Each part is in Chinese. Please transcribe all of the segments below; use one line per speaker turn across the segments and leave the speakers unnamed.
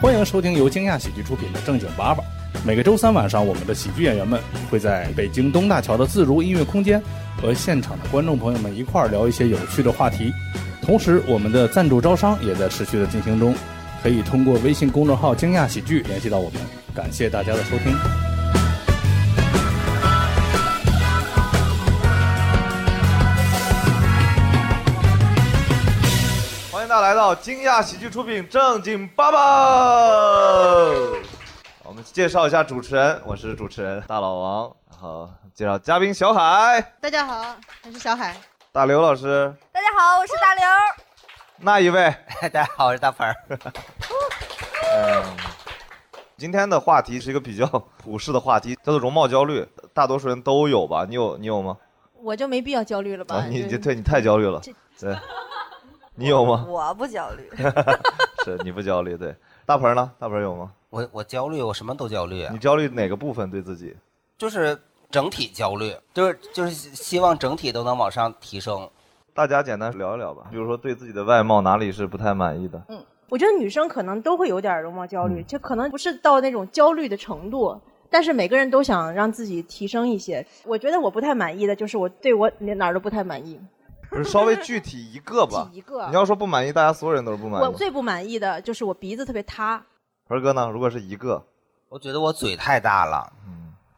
欢迎收听由惊讶喜剧出品的《正经八百》。每个周三晚上，我们的喜剧演员们会在北京东大桥的自如音乐空间和现场的观众朋友们一块儿聊一些有趣的话题。同时，我们的赞助招商也在持续的进行中，可以通过微信公众号“惊讶喜剧”联系到我们。感谢大家的收听。
欢迎大家来到惊讶喜剧出品正经八百。我们介绍一下主持人，我是主持人大老王，然后介绍嘉宾小海、
大家好，我是小海。
大刘老师，
大家好，我是大刘。
那一位。
大家好，我是大鹏儿。
嗯，今天的话题是一个比较普世的话题，叫做容貌焦虑，大多数人都有吧？你有你有吗？
我就没必要焦虑了吧？
啊，你
就
这对你太焦虑了，对，你有吗？
我不焦虑，
是你不焦虑，对。大鹏呢？大鹏有吗？
我我焦虑，我什么都焦虑啊
你，焦虑哪个部分对自己？
就是整体焦虑，就是就是希望整体都能往上提升。
大家简单聊一聊吧，比如说对自己的外貌哪里是不太满意的，
我觉得女生可能都会有点容貌焦虑，
嗯
就可能不是到那种焦虑的程度，但是每个人都想让自己提升一些。我觉得我不太满意的就是我对我哪儿都不太满意。？
不是稍微具体一个 吧
举一个
你要说不满意，大家所有人都是不满
我
意的。
最不满意的就是我鼻子特别塌，
鹏哥呢？如果是一个，
我觉得我嘴太大了，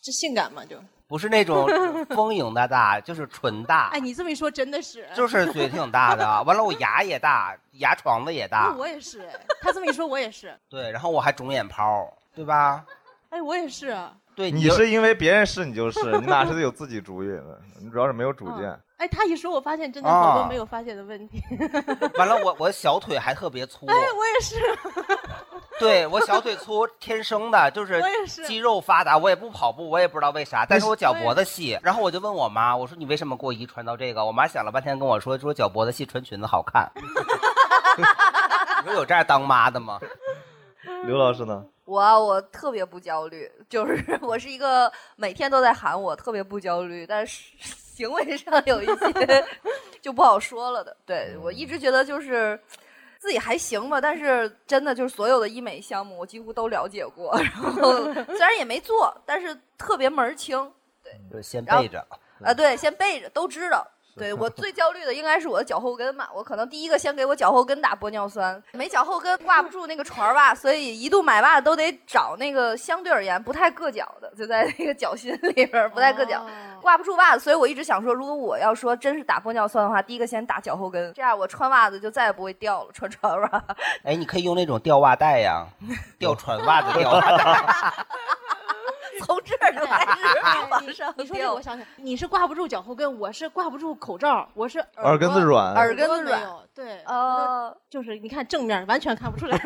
这性感嘛就？
不是那种 丰盈的大，就是唇大
哎，，你这么一说真的是，
就是嘴 挺大的。完了，我牙也大，牙床子也
那
大，
我也是。哎他这么一说，我也是。
对，然后我还肿眼泡，对吧？
哎，我也是。
对，
你
就是
因为别人是你就是，你哪是有自己主意的？你主要是没有主见。
嗯哎，他一说，我发现真的好多
啊
没有发现的问题。
完了，我我小腿还特别粗，
哎，我也是。
对我小腿粗，天生 的，就是
我也是
肌肉发达。我也不跑步，我也不知道为啥，但是我脚
我也
脖子细。然后我就问我妈，我说你为什么给我遗传到这个？我妈想了半天跟我说，说脚脖子细，穿裙子好 看。你说有这样当妈的吗？
刘老师呢？
我啊我特别不焦虑，就是 我是一个每天都在喊我特别不焦虑，但是行为上有一些 就不好说了的。对我一直觉得就是自己还行吧，但是真的就是所有的医美项目我几乎都了解过，然后虽然也没做，但是特别门儿清。
就先
然后
背着。
啊，对，先备着，都知道。对我最焦虑的应该是我的脚后跟吧，我可能第一个先给我脚后跟打玻尿酸，没脚后跟挂不住那个船儿袜，所以一度买袜都得找那个相对而言不太硌脚的，就在那个脚心里边儿不太硌脚，
哦
挂不住袜子，所以我一直想说，如果我要说真是打玻尿酸的话，第一个先打脚后跟，这样我穿袜子就再也不会掉了，穿船 袜。
哎，你可以用那种吊袜带呀， 吊船袜子吊袜带。
从这儿就开始往上
哎你说这个
掉
我，想想，你是挂不住脚后跟，我是挂不住口罩，我是耳
耳根子软
耳根子
没
软，
有，对，呃，
呃，
就是你看正面完全看不出来。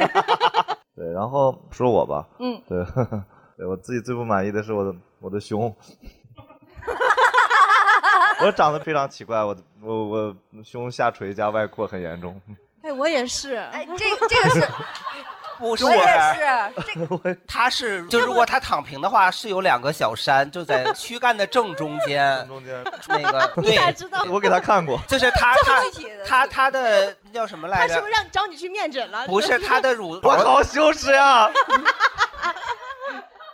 对，然后说我吧，
嗯，
对， 对我自己最不满意的是我的我的胸， 我长得非常奇怪，我我我胸下垂加外扩很严重，。
哎，我也 是，
哎，这个这个是
不是
我，也 是，这
他是 就如果他躺平的话，是有两个小山，就在躯干的正中间
中间
那个
你
对，
咋知道？
我给他看过，
就是他他
具体的
他他的那叫什么
他
来
是不
着
是？让找你去面诊了？
不是他的乳
我
头
好羞耻呀、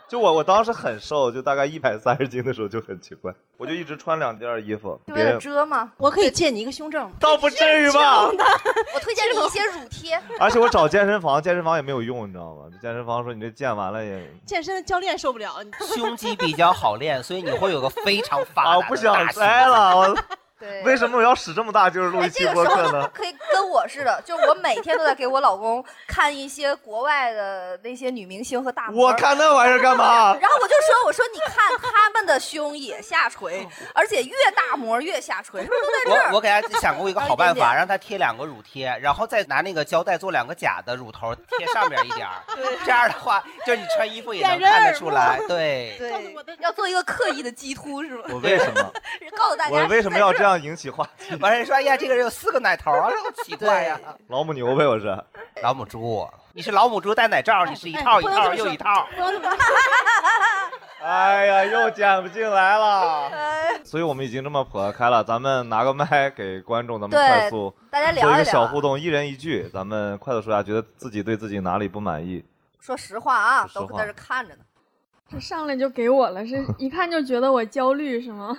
就我我当时很瘦，就大概一百三十斤的时候就很奇怪，我就一直穿两件衣服，
就
别
为了
人
遮嘛。
我可以借你一个胸罩吗？
倒不至于吧？
我推荐你一些乳贴，
而且我找健身房，健身房也没有用，你知道吗？健身房说你这健完了也
健身的教练受不了，你
胸肌比较好练，所以你会有个非常
啊，
发
我
达
不
的大
想
胸。
摘了， 我
对
为什么我要使这么大劲儿录
哎，
一
这
期
个
播
时
客
候
呢？
可以跟我似的，就是我每天都在给我老公看一些国外的那些女明星和大模
我
儿。
看那玩意儿干嘛？
然后我就说：“我说你看他们的胸也下垂，而且越大模儿越下垂，是不是 都在这
我
儿？
我给他 想过一个好办
一点
法，
点
让他贴两个乳贴，然后再拿那个胶带做两个假的乳头贴上面一 点儿这样的话，就是你穿衣服也能
掩人
看
耳
得出来。对，
告诉我的
要做一个刻意的鸡突是吗？
我为什 么？
告诉大家
我为什么要这
样？
样引起话题？
完了人说，哎呀，这个人有四个奶头啊，这好奇怪呀、
老母牛呗，我是。
老母猪，啊你是老母猪戴奶罩，你
哎
是一套一
不能这
套
么
又
说
一套。
不要这么
哎呀，又剪不进来了。
哎
所以我们已经这么破开了，咱们拿个麦给观众，咱们
对
快速
大家
做
聊
一
一
个小互
聊。
动，一人一句，咱们快速说一下，觉得自己对自己哪里不满意。
说实话啊，
说
都
实话。
在这看着呢。
这上来就给我了，是一看就觉得我焦虑是吗？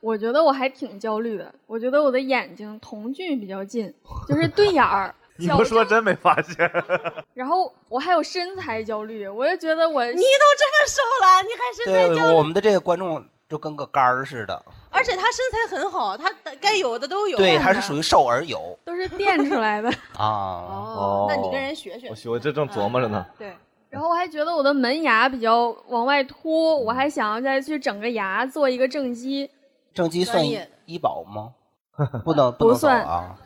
我觉得我还挺焦虑的，我觉得我的眼睛瞳距比较近，就是对眼儿
你不
矫
说
正，
真没发现，
然后我还有身材焦虑，我就觉得我
你都这么瘦了，你还身材
对，
焦
我
虑，
我们的这个观众就跟个杆儿似的，
而且他身材很好，他该有的都有。
啊
对，他是属于瘦而有
都是练出 来的。
啊。
哦
那你跟人学学
我。我这正琢磨着呢。
对，
然后我还觉得我的门牙比较往外凸，我还想要再去整个牙做一个正畸。
正畸算
专业
医保 吗？不能，
不
能走
算
啊。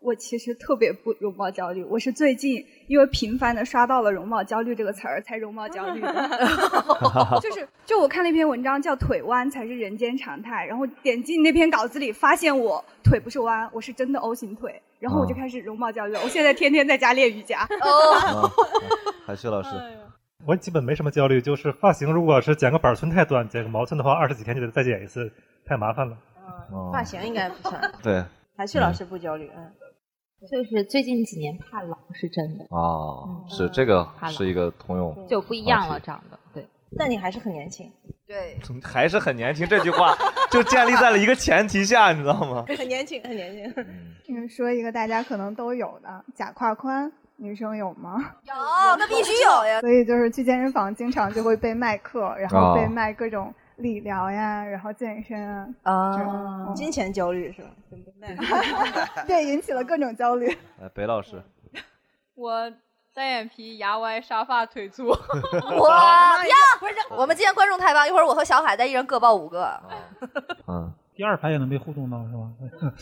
我其实特别不容貌焦虑，我是最近因为频繁的刷到了“容貌焦虑”这个词儿，才容貌焦 虑的。 就是，就我看了一篇文章叫《腿弯才是人间常态》，然后点进那篇稿子里，发现我腿不是弯，我是真的 O 型腿，然后我就
啊
开始容貌焦虑了。我现在天天在家练瑜伽，
哦，
啊，海旭老师，
我基本没什么焦虑，就是发型如果是剪个板寸太短，剪个毛寸的话，二十几天就得再剪一次，太麻烦了。
哦
呃发型应该不算。
对，
海旭老师不焦虑，嗯，
就是最近几年怕老是真的，
哦，
嗯
是这个
好了
是一个通用，
就不一样
好
了，
奇
长得对。
但你还是很年轻，
对，
还是很年轻这句话就建立在了一个前提下，你知道吗？
很年轻，很年轻。
嗯，说一个大家可能都有的假胯宽，女生有吗？
有，那必须有呀。
所以就是去健身房经常就会被卖课，然后被
哦
卖各种理疗呀，然后健身啊，这
啊，
种
金钱焦虑是吧？
对，引起了各种 焦虑。
哎，北老师，
嗯
我单眼皮、牙歪、沙发、腿粗。
我呀， 我们今天观众太棒，一会儿我和小海再一人各报五个。
嗯，
第二排也能被互动到是吧？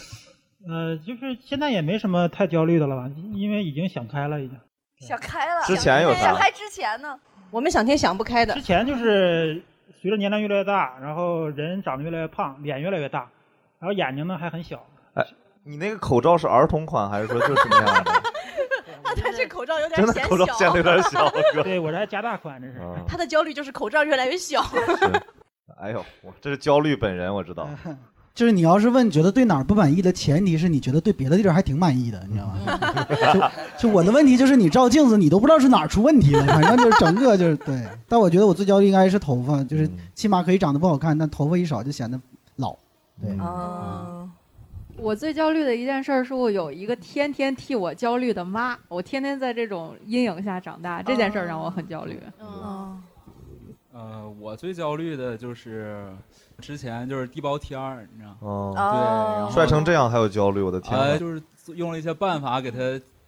呃，就是现在也没什么太焦虑的了吧，因为已经想开了，已经。
想开了，
之前有
想
啥？
开之前呢？
我们想听想不开的
之，前就是随着年龄越来越大，然后人长得越来越胖，脸越来越大，然后眼睛呢还很小。
哎你那个口罩是儿童款还是说就是那 样的？
但是口罩有
真的口罩显得有点 小，是吧？
对我这还加大款，这是。
嗯
他的焦虑就是口罩越来越小。
哎呦，我这是焦虑本人，我知道。
嗯
就是你要是问觉得对哪儿不满意的前提是你觉得对别的地儿还挺满意的，你知道 吗？就就我的问题就是你照镜子你都不知道是哪儿出问题了，反正就是整个就是对。但我觉得我最焦虑应该是头发，就是
嗯
起码可以长得不好看，但头发一少就显得 老。对，
啊，
我最焦虑的一件事儿是我有一个天天替我焦虑的妈，我天天在这种阴影下长大，这件事儿让我很焦虑。
嗯，
呃，我最焦虑的就是之前就是地包天儿，你知道。
哦，哎
哦，
帅成这样还有焦虑，我的天
呃，
哪！
就是用了一些办法给它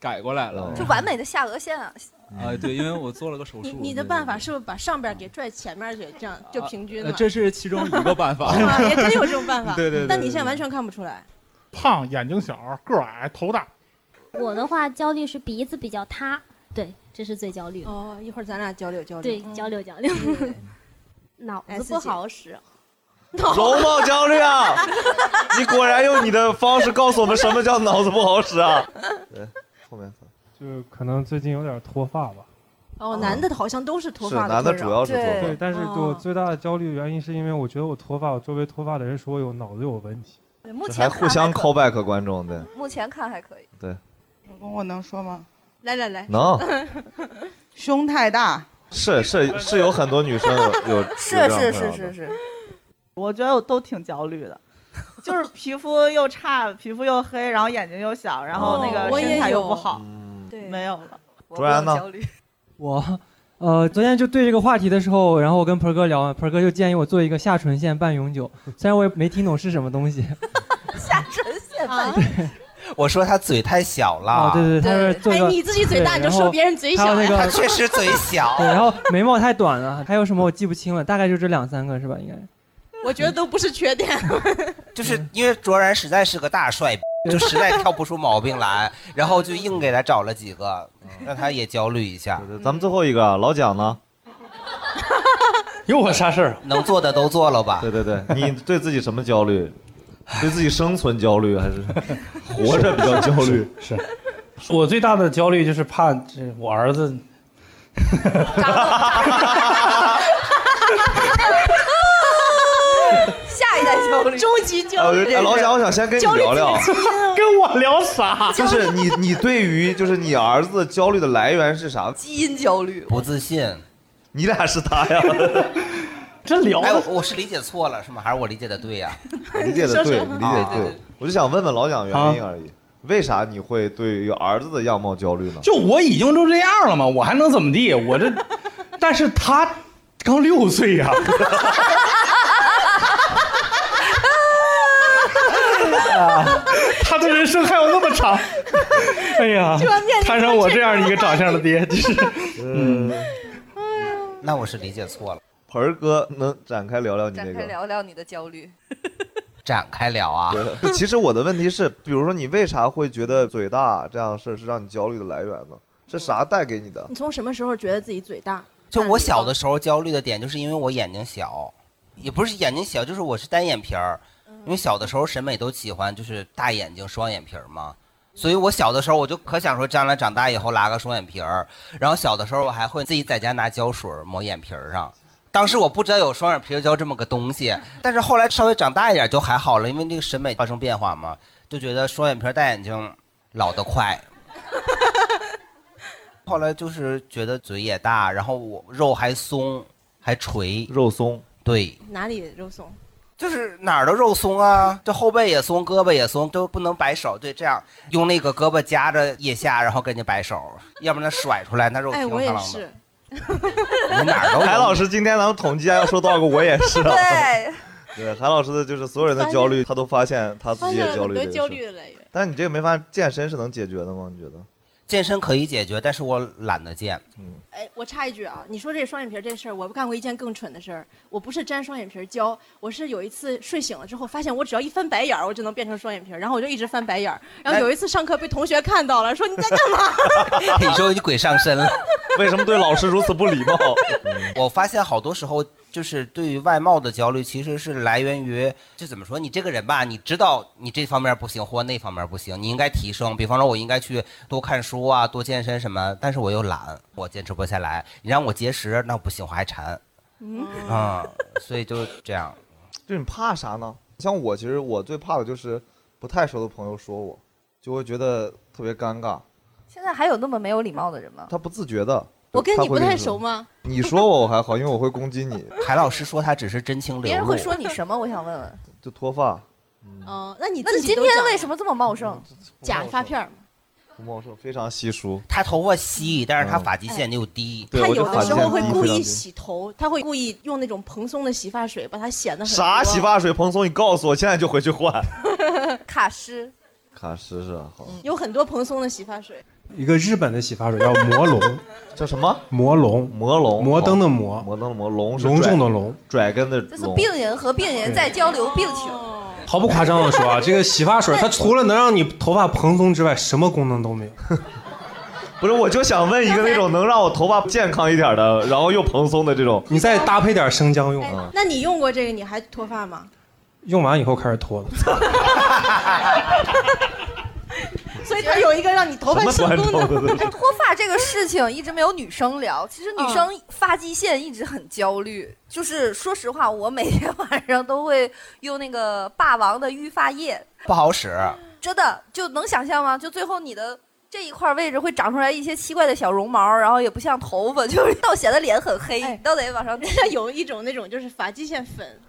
改过来了
哦。
就完美的下颚线啊！
嗯
啊、
呃
对，因为我做了个手
你
术。
你的办法是不是把上边给拽前面去，这样就平均
呃，
了？
这是其中一个 办法。
是哦吗？也真有这种办法。
对对对
但你现在完全看不出来。
胖、眼睛小、个儿矮、头大，
我的话焦虑是鼻子比较塌，对，这是最焦虑的。
哦，一会儿咱俩交流交流。嗯
对，交流交流。 脑
子不好
使，
容貌焦虑啊！你果然用你的方式告诉我们什么叫脑子不好使 啊！对，后面
就可能最近有点脱发吧。
哦，男的好像都是脱
是
发的困扰。
男的主要是脱
对嗯
发
对，。但是对我
哦
最大的焦虑原因是因为我觉得我脱发，我周围脱发的人说我有脑子有问题。
对目
这
前
还
看
互相
可以
call back 观众，对，
目前看还可以。
我能说吗？
来来来，
能、
胸太大，
是是是有很多女生 有有
是
有这
是
样困
是
扰的
是是，
我觉得我都挺焦虑的，就是皮肤又差，皮肤又黑，然后眼睛又小，然
后那
个身材又不好。
嗯，
对，
有了。
我
卓然
不用
呢
焦虑
我呃，昨天就对这个话题的时候，然后我跟盆儿哥聊，盆儿哥就建议我做一个下唇线半永 久，虽然我也没听懂是什么东
啊
西
下唇线半
我说他嘴太小了，
啊，对对对，他
对
说做一
哎，
个，
你自己嘴大，你
对
就
然后
说别人嘴
还有
小
那
呀。
他
个。
确实嘴小
对，。然后眉毛太短了，还有什么我记不清了，大概就这两三个是吧？应该。
我觉得都不是缺 点。
就是
嗯
因为卓然实在是个大帅，就实在挑不出毛病来，然后就硬给他找了几个，
嗯
让他也焦虑一下
对。对咱们最后一个啊老蒋 呢？
有我啥事儿？
能做的都做了吧？
对对对，你对自己什么焦虑？对自己生存焦虑 还是活着比较焦虑？
是我最大的焦虑就是怕这我儿子
下一代焦虑，
终极焦
哎，我
虑
觉
的
得哎
人，
老蒋，我想先跟你
焦虑
聊聊，
自己的基因啊
跟我聊啥？
啊就是你，你对于就是你儿子焦虑的来源是啥？
基因焦虑，
不自信。
你俩是他呀？
这聊
哎，我我是理解错了是吗？还是我理解的 对呀、
我理解的对，你理解的
啊
对。我就想问问老蒋原
啊
因而已，为啥你会对于儿子的样貌焦虑呢？
就我已经都这样了嘛，我还能怎么地？我这，但是他刚六岁呀、他的人生还有那么长， 哎呀
这面临，
摊上我这样一个长相的爹，真是， 嗯，
那我是理解错了。
盆儿哥能展开聊聊你
展
这
开
个？
聊聊你的焦虑。
展开聊啊！
对其实我的问题是，比如说你为啥会觉得嘴大这样的事儿是让你焦虑的来源呢？是啥带给你的
你？从什么时候觉得自己嘴大？
就我小的时候焦虑的点，就是因为我眼睛小，也不是眼睛小，就是我是单眼皮儿。因为小的时候审美都喜欢就是大眼睛、双眼皮儿嘛，所以我小的时候我就可想说，将来长大以后拉个双眼皮儿。然后小的时候我还会自己在家拿胶水抹眼皮儿上。当时我不知道有双眼皮胶这么个东西，但是后来稍微长大一点就还好了，因为这个审美发生变化嘛，就觉得双眼皮儿大眼睛老得快。后来就是觉得嘴也大，然后我肉还松，还垂，
肉松，
对，
哪里肉松？
就是哪儿都肉松啊，这后背也松，胳膊也松，都不能摆手，对，这样用那个胳膊夹着腋下，然后跟人家摆手，要不然它甩出来，那肉
哎，
挺
我
疼
也
的。
是。
哪 儿都有
韩老师今天咱们统计一下要说多少个我也是啊。
对，
对，韩老师的就是所有人的焦虑，他都发现他自己也焦虑这个事
的
儿。
来源。
但是你这个没法健身是能解决的吗？你觉得？
健身可以解决，但是我懒得健。
嗯
哎，我插一句啊，你说这双眼皮儿这事儿，我干过一件更蠢的事儿。我不是粘双眼皮儿胶，我是有一次睡醒了之后，发现我只要一翻白眼儿，我就能变成双眼皮儿，然后我就一直翻白眼儿。然后有一次上课被同学看到了，说你在干嘛？
你说你鬼上身了？
为什么对老师如此不礼貌？
我发现好多时候就是对于外貌的焦虑，其实是来源于就怎么说，你这个人吧，你知道你这方面不行或那方面不行，你应该提升。比方说，我应该去多看书啊，多健身什么，但是我又懒，我坚持不下来。你让我节食，那不行，我还馋。
嗯
啊、所以就这样。
就你怕啥呢？像我，其实我最怕的就是不太熟的朋友说我，就会觉得特别尴尬。
现在还有那么没有礼貌的人吗？
他不自觉的，
我跟
他
你
会
不太
说
熟吗？
你说我我还好，因为我会攻击 你。
海老师说他只是真情
别人会说你什么？我想问问。
就脱发，
嗯，那你
那你今天为什么这么茂盛？
假发片儿？
胡茂说非常稀疏。嗯
他头发稀，但是他发际线又低。
对
哎他
我
有
就
的
发
时候
现
会
第一
故
非常
意
低
洗头，他会故意用那种蓬松的洗发水把它显得很
啥洗发水蓬松？你告诉我，现在就回去换。
发
卡诗，
卡诗是吧？好，
有很多蓬松的洗发水。
一个日本的洗发水叫魔龙，
叫什么？
魔龙，
魔龙，
摩登的摩，
摩登的摩，龙
隆重的龙，
拽根的
就是病人和病人在交流病情。
毫不夸张的 说啊，这个洗发水它除了能让你头发蓬松之外，什么功能都没有。
不是，我就想问一个那种能让我头发健康一点的，然后又蓬松的这种。
你再搭配点生姜用
啊。
哎那你用过这个，你还脱发吗？
用完以后开始 脱了。
所以它有一个让你头发生
什
根
么
的
玩意。儿
哎，脱发这个事情一直没有女生聊。其实女生发际线一直很焦虑，就是说实话，我每天晚上都会用那个霸王的育发液，
不好使。
真的就能想象吗？就最后你的这一块位置会长出来一些奇怪的小绒毛，然后也不像头发，就是倒显得脸很黑，你都得往上。
它哎 有一种那种就是发际线粉，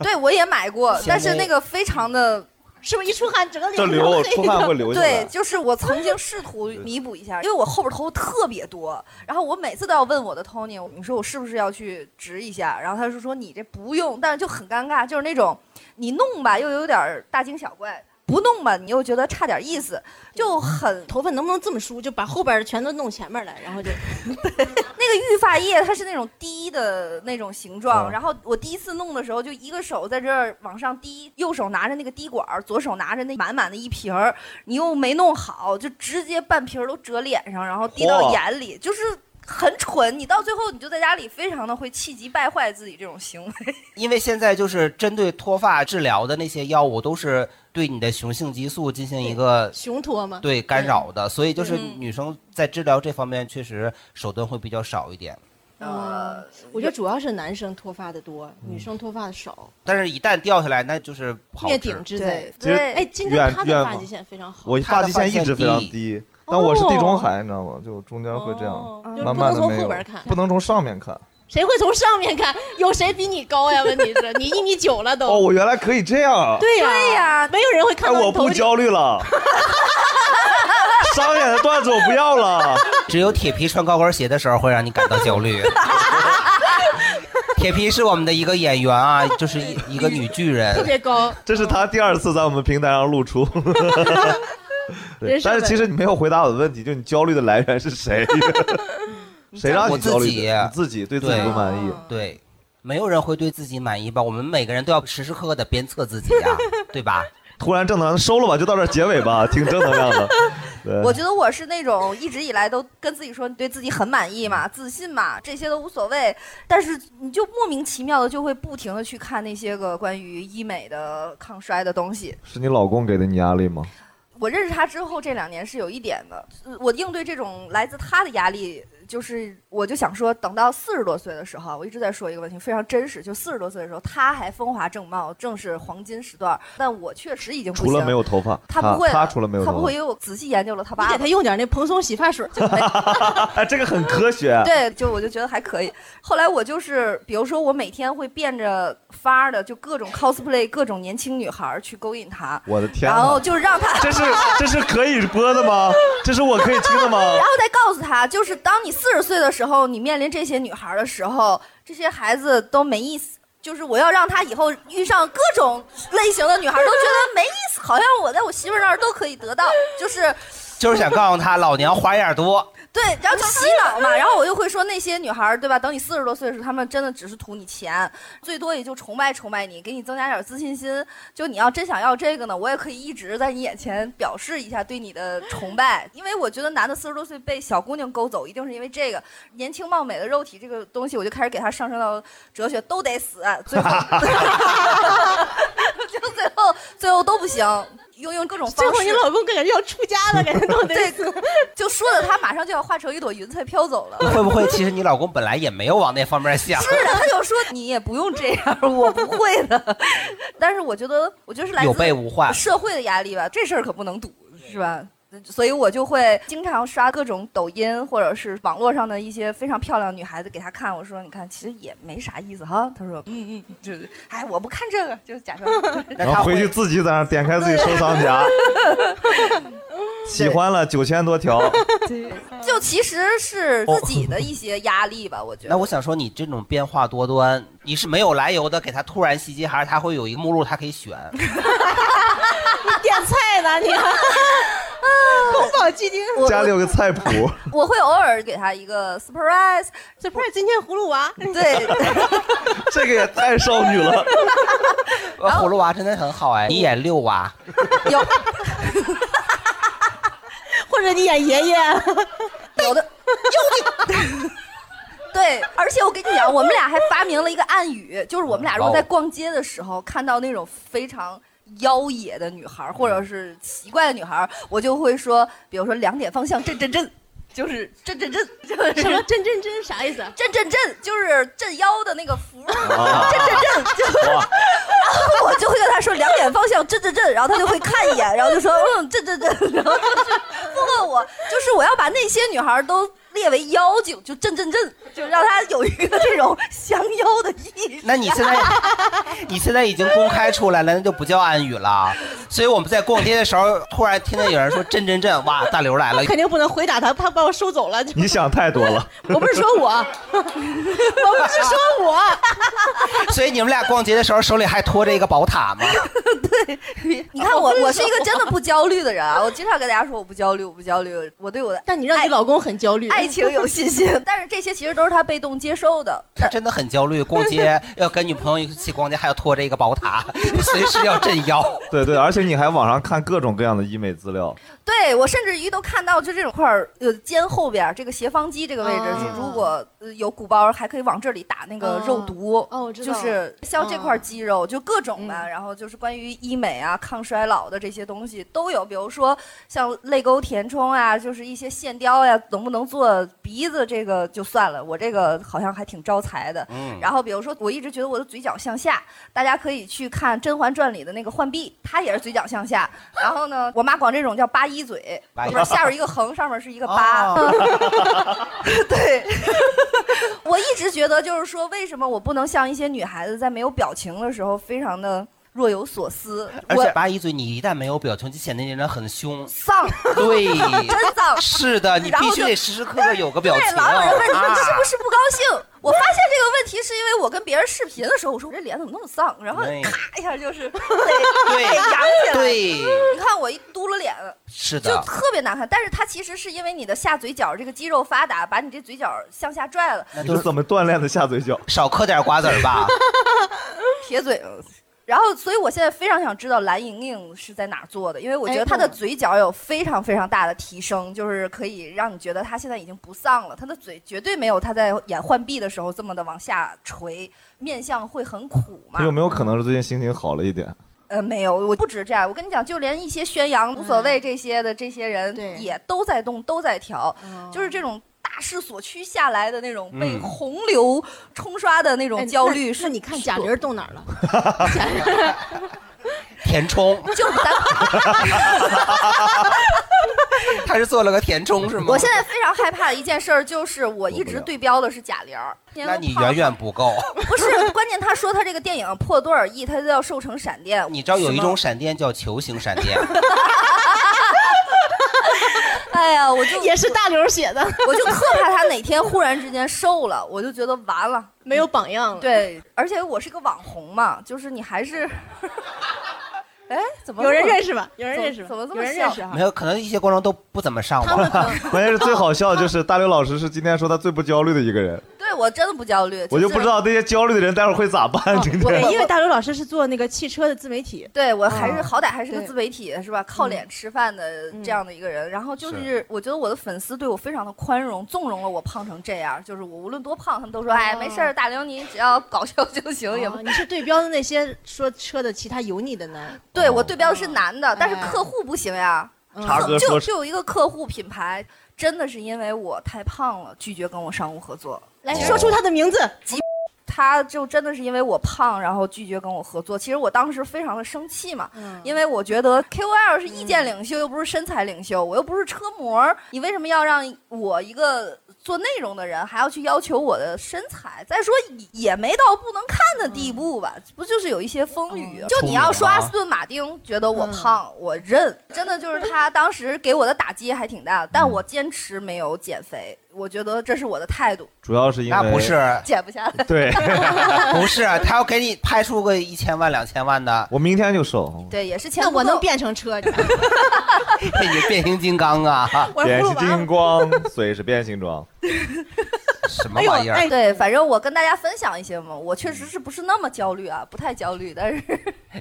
对我也买过
行，
但是
呗
那个非常的。
是不是一出汗整个
这
脸
脸流都黑出汗了会流下来
对，就是我曾经试图弥补一下，因为我后边头发特别多，然后我每次都要问我的 Tony，你说我是不是要去植一下？然后他就说你这不用，但是就很尴尬，就是那种你弄吧又有点大惊小怪，不弄吧你又觉得差点意思，就很
头发能不能这么梳，就把后边的全都弄前面来，然后就
那个育发液它是那种滴的那种形状，
嗯
然后我第一次弄的时候，就一个手在这儿往上滴，右手拿着那个滴管儿，左手拿着那满满的一瓶儿，你又没弄好，就直接半瓶儿都折脸上，然后滴到
嚯
眼里，就是很蠢。你到最后你就在家里非常的会气急败坏自己这种行为。
因为现在就是针对脱发治疗的那些药物，都是对你的雄性激素进行一个
雄脱吗？
对干扰的，所以就是
嗯
女生在治疗这方面确实手段会比较少一点。
呃，我觉得主要是男生脱发的多，女生脱发的少，
但是一旦掉下来，那就是不好
灭
治
顶之灾。
其实
哎，今天
远
他
远
的发
嘛
际线非常好，
我
他
发
的
际
发
线
际
一直
线
非常
低
低，但我是地中
哦
海，你知道吗？就中间会这样，
就是
慢
不
慢
能
的
从
没
后
有
边看，
哦不能从上面看。
谁会从上面看？有谁比你高呀？问题是，你一米九了都。
哦，我原来可以这样。
对呀、对呀、没有人会看
哎，
到
我
你头
不
顶。
焦虑了。商演的段子我不要了。
只有铁皮穿高跟鞋的时候会让你感到 焦虑。铁皮是我们的一个演员啊，就是一一个女巨
特
人。
别高，
这是他第二次在我们平台上露 出。对
人，生的
但是其实你没有回答我的问题，就你焦虑的来源 是谁？谁让
我
你
自
焦虑
己
啊
的？你自己对自己不满意。
对，没有人会对自己满意吧？我们每个人都要时时刻刻的鞭策自己呀、对吧？
突然正能量收了吧，就到这儿结尾吧，挺正能量 的。对
我觉得我是那种一直以来都跟自己说，你对自己很满意
嗯
嘛，自信嘛，这些都无所谓。但是你就莫名其妙的就会不停的去看那些个关于医美的抗衰的东西。
是你老公给的你压力吗？
我认识他之后这两年是有一点的，呃我应对这种来自他的压力，就是我就想说，等到四十多岁的时候，我一直在说一个问题，非常真实，就四十多岁的时候，他还风华正茂，正是黄金时段，但我确实已经不行
除了没有头发，
他不会了，啊
他除了没有啊头
他
发，
不会，因为我仔细研究了他爸
你
爸，
给他用点那蓬松洗发水，就 没
哎， 这个很科学。
对，就我就觉得还可以。后来我就是，比如说我每天会变着法儿的，就各种 cosplay 各种年轻女孩儿去勾引他，
我的天
然
哪！
后就让他，
这是这是可以播的吗？这是我可以听的吗？
然后再告诉他，就是当你四十岁的时候，你面临这些女孩儿的时候，这些孩子都没意思。就是我要让他以后遇上各种类型的女孩儿，都觉得没意思，好像我在我媳妇儿那儿都可以得到，就是
就是想告诉他，老娘花样多。
对，然后就洗脑
嗯
嘛，然后我就会说那些女孩儿，对吧？等你四十多岁的时候，她们真的只是图你钱，最多也就崇拜崇拜你，给你增加点自信心。就你要真想要这个呢，我也可以一直在你眼前表示一下对你的崇拜，因为我觉得男的四十多岁被小姑娘勾走，一定是因为这个年轻貌美的肉体这个东西，我就开始给他上升到哲学，都得死，啊最后 就最后最后都不行。用用各种方
最
式，
后你老公感觉要出家了，感觉都得
对，就说的他马上就要化成一朵云彩飘走 了。
会不会其实你老公本来也没有往那方面
啊
想？
是的，
啊
他就说你也不用这样，我不会的。 但是我觉得，我觉得是来
有备无患
自社会的压力吧，这事儿可不能赌，是吧？所以我就会经常刷各种抖音或者是网络上的一些非常漂亮的女孩子给他看，我说你看，其实也没啥意思哈。他说嗯嗯嗯，就是哎，我不看这个，就是假装。
然后回去自己在那儿点开自己收藏 啊夹，喜欢了九千多条，
嗯
就其实是自己的一些压力
哦
吧，我觉得。
那我想说，你这种变化多端，你是没有来由的给他突然袭击，还是他会有一个目录他可以选？
你点菜呢你。宫保鸡丁
我
家里有个 菜谱，
我会偶尔给他一个 surprise
surprise，今天葫芦娃。
对，
这个也太少女了。
呃葫芦娃真的很好
哦
哎，你演六娃，
或者你演爷 爷，
有的，对，而且我跟你讲，我们俩还发明了一个暗语，就是我们俩如果在逛街的时候看到那种非常妖冶的女孩儿，或者是奇怪的女孩儿，我就会说，比如说两点方向震震震，就是震震震，就是
什么震震震啥意思？
震震震就是镇妖的那个符，震
哦
啊
震震就。然后 我就会跟他说两点方向震震震，然后他就会看一眼，然后就说嗯震震震，然后就是附和我，就是我要把那些女孩儿都列为妖精，就震震震，就让她有一个这种降妖的意识。
那你现在 你现在已经公开出来了，那就不叫暗语 了。所以我们在逛街的时候，突然听见有人说“震震震”，哇，大刘来了
我。肯定不能回答他，他把我收走了。就
你想太多了。
我不是说 我，我不是说我，
所以你们俩逛街的时候手里还拖着一个宝塔吗？
你看我，我是一个真的不焦虑的人啊！我经常跟大家说我不焦虑，我不焦虑，我对我的
但你让你老公很焦虑，
爱情有信心。但是这些其实都是他被动接收的。
他真的很焦虑，逛街要跟女朋友一起逛街，还要拖着一个宝塔，随时要镇妖。
对对，而且你还网上看各种各样的医美资料，
对我甚至于都看到，就这种块儿，呃，肩后边儿这个斜方肌这个位置，
哦
如果呃有鼓包，还可以往这里打那个肉毒，
哦我知道
就是消这
嗯
块肌肉，就各种吧。然后就是关于医美啊、抗衰老的这些东西都有，比如说像泪沟填充啊，就是一些线雕呀、能不能做个鼻子这个就算了，我这个好像还挺招财的。
嗯
然后比如说，我一直觉得我的嘴角向下，大家可以去看《甄嬛传》里的那个浣碧，她也是嘴角向下。然后呢，我妈管这种叫八一嘴，
八一哦
就是下边一个横，上面是一个八。我一直觉得，就是说，为什么我不能像一些女孩子在没有表情的时候，非常的若有所思？
而
我
且八一嘴，你一旦没有表情，就显得你人很凶。
丧，
对
真丧。
是的，你
然后
必须
就
得时时刻刻有个表情。
对，老有人问你
啊
是不是不高兴？我发现这个问题是因为我跟别人视频的时候，我说我这脸怎么那么丧，然后
对
咔一下 就是得
对
得扬起来。
对
你看我一嘟噜脸，
是啊
就
的，
特别难看。但是它其实是因为你的下嘴角这个肌肉发达，把你这嘴角向下拽了，
你是怎么锻炼的下嘴角？
少嗑点瓜子儿 吧。
撇嘴了。然后，所以我现在非常想知道蓝莹莹是在哪儿做的，因为我觉得她的嘴角有非常非常大的提升，就是可以让你觉得她现在已经不丧了，她的嘴绝对没有她在演浣碧的时候这么的往下垂，面相会很苦嘛。
他有没有可能是最近心情好了一点？
呃，没有，我不止这样，我跟你讲，就连一些宣扬无所
嗯
谓这些的这些人，也都在动，都在调，
哦
就是这种大势所趋下来的那种被
嗯
洪流冲刷的那
哎
种焦虑。
那
是
那你看贾玲动哪儿了？
填充，
就咱
他是做了个填充是吗？
我现在非常害怕的一件事儿就是，我一直对标的是贾玲儿。
那你远远不够。
不是关键，他说他这个电影破多少亿，他都要瘦成闪电。
你知道有一种
什
闪电叫球形闪电，
么，哎呀，我就
也是大刘写的，
我就特怕他哪天忽然之间瘦了，我就觉得完了，
没有榜样了。
对，而且我是个网红嘛，就是你还是， 哎，怎么
有人
这么
认识吧？有人认识吧？
怎么这
有
么
人
笑
认识哈
啊没？有可能一些观众都不怎么上网。
关键是最好笑的就是大刘老师是今天说他最不焦虑的一个人，
对我真的不焦虑，
我就不知道那些焦虑的人待会儿会咋办。今
我
天
因为大刘老师是做那个汽车的自媒体，
对我还是
啊
好歹还是个
对嗯
自媒体是吧？靠脸吃饭的这样的一个人，然后就是我觉得我的粉丝对我非常的宽容，纵容了我胖成这样，就是我无论多胖，他们都说哎没事儿，大刘你只要搞笑就行，也不
哦你是对标的那些说车的其他油腻的呢？哦哎
对我对标的是男的，但是客户不行呀。
嗯
茶哥
就
说
就有一个客户品牌，真的是因为我太胖了，拒绝跟我商务合作。
来说出他的名字，
吉他就真的是因为我胖，然后拒绝跟我合作。其实我当时非常的生气嘛，
嗯
因为我觉得 KOL 是意见领袖，又不是身材领袖，我又不是车模儿，你为什么要让我一个做内容的人还要去要求我的身材？再说也没到不能看的地步吧，不就是有一些风雨？嗯啊就你要
啊
说阿斯顿马丁觉得我胖，我认，真的就是他当时给我的打击还挺大的，但我
嗯
坚持没有减肥，我觉得这是我的态度。
主要是因为
那不是
减不 下来，
对
不是他要给你拍出个一千万两千万的，
我明天就瘦，
对，也是
那我能变成车？
你变形金刚啊，
我
脸
录
是
完了
金光，嘴是变形装。
什
么玩意儿哎呦哎嗯
对，反正我跟大家分享一些嘛，我确实是不是那么焦虑啊，不太焦虑，但是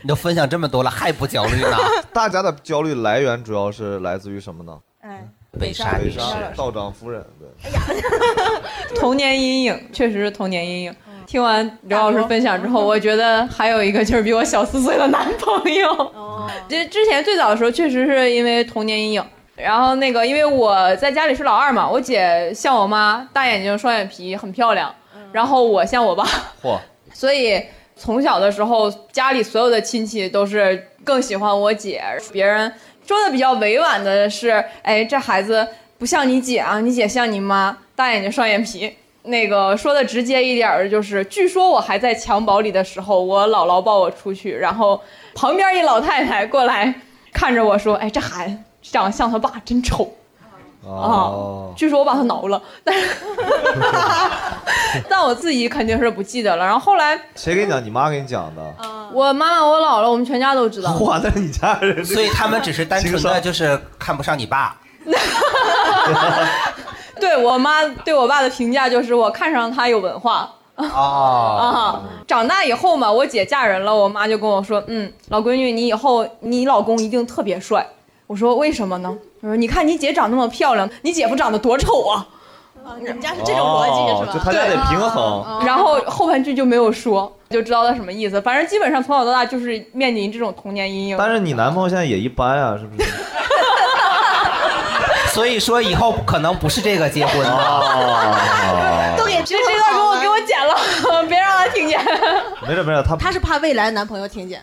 你都分享这么多了还不焦虑呢？
大家的焦虑来源主要是来自于什么呢？
哎，
北
沙
沙
北
女士
道长夫人，对，
童年阴影，确实是童年阴影。听完刘老师分享之后，我觉得还有一个就是比我小四岁的男朋友。 这之前最早的时候，确实是因为童年阴影。然后那个，因为我在家里是老二嘛，我姐像我妈，大眼睛、双眼皮，很漂亮。然后我像我爸，
嚯，
所以从小的时候，家里所有的亲戚都是更喜欢我姐。别人说的比较委婉的是，哎，这孩子不像你姐啊，你姐像你妈，大眼睛双眼皮。那个说的直接一点儿的就是，据说我还在襁褓里的时候，我姥姥抱我出去，然后旁边一老太太过来看着我说：“哎，这孩子长得像他爸，真丑。”
哦
据说我把他挠了，但是， 但我自己肯定是不记得了。然后后来
谁给你讲？你妈给你讲的。
我妈妈、我姥姥，我们全家都知道。
哇，那你家人，
所以他们只是单纯的就是看不上你爸。
对我妈对我爸的评价就是我看上他有文化
哦，
啊。长大以后嘛，我姐嫁人了，我妈就跟我说，嗯，老闺女，你以后你老公一定特别帅。我说为什么呢？她说你看你姐长那么漂亮，你姐夫长得多丑啊。
你们家是
这种逻辑是吧哦就嗯他家得平衡
对然后后半句就没有说，就知道他什么意思。反正基本上从小到大就是面
嗯
临这种童年阴影。
但是你男朋友现在也一般啊，是不是？
所以说以后可能不是这个结婚
哦
的。
都给
这这段给我给我剪 了，别让他听见。
没事没事，他
他是怕未来男朋友听见。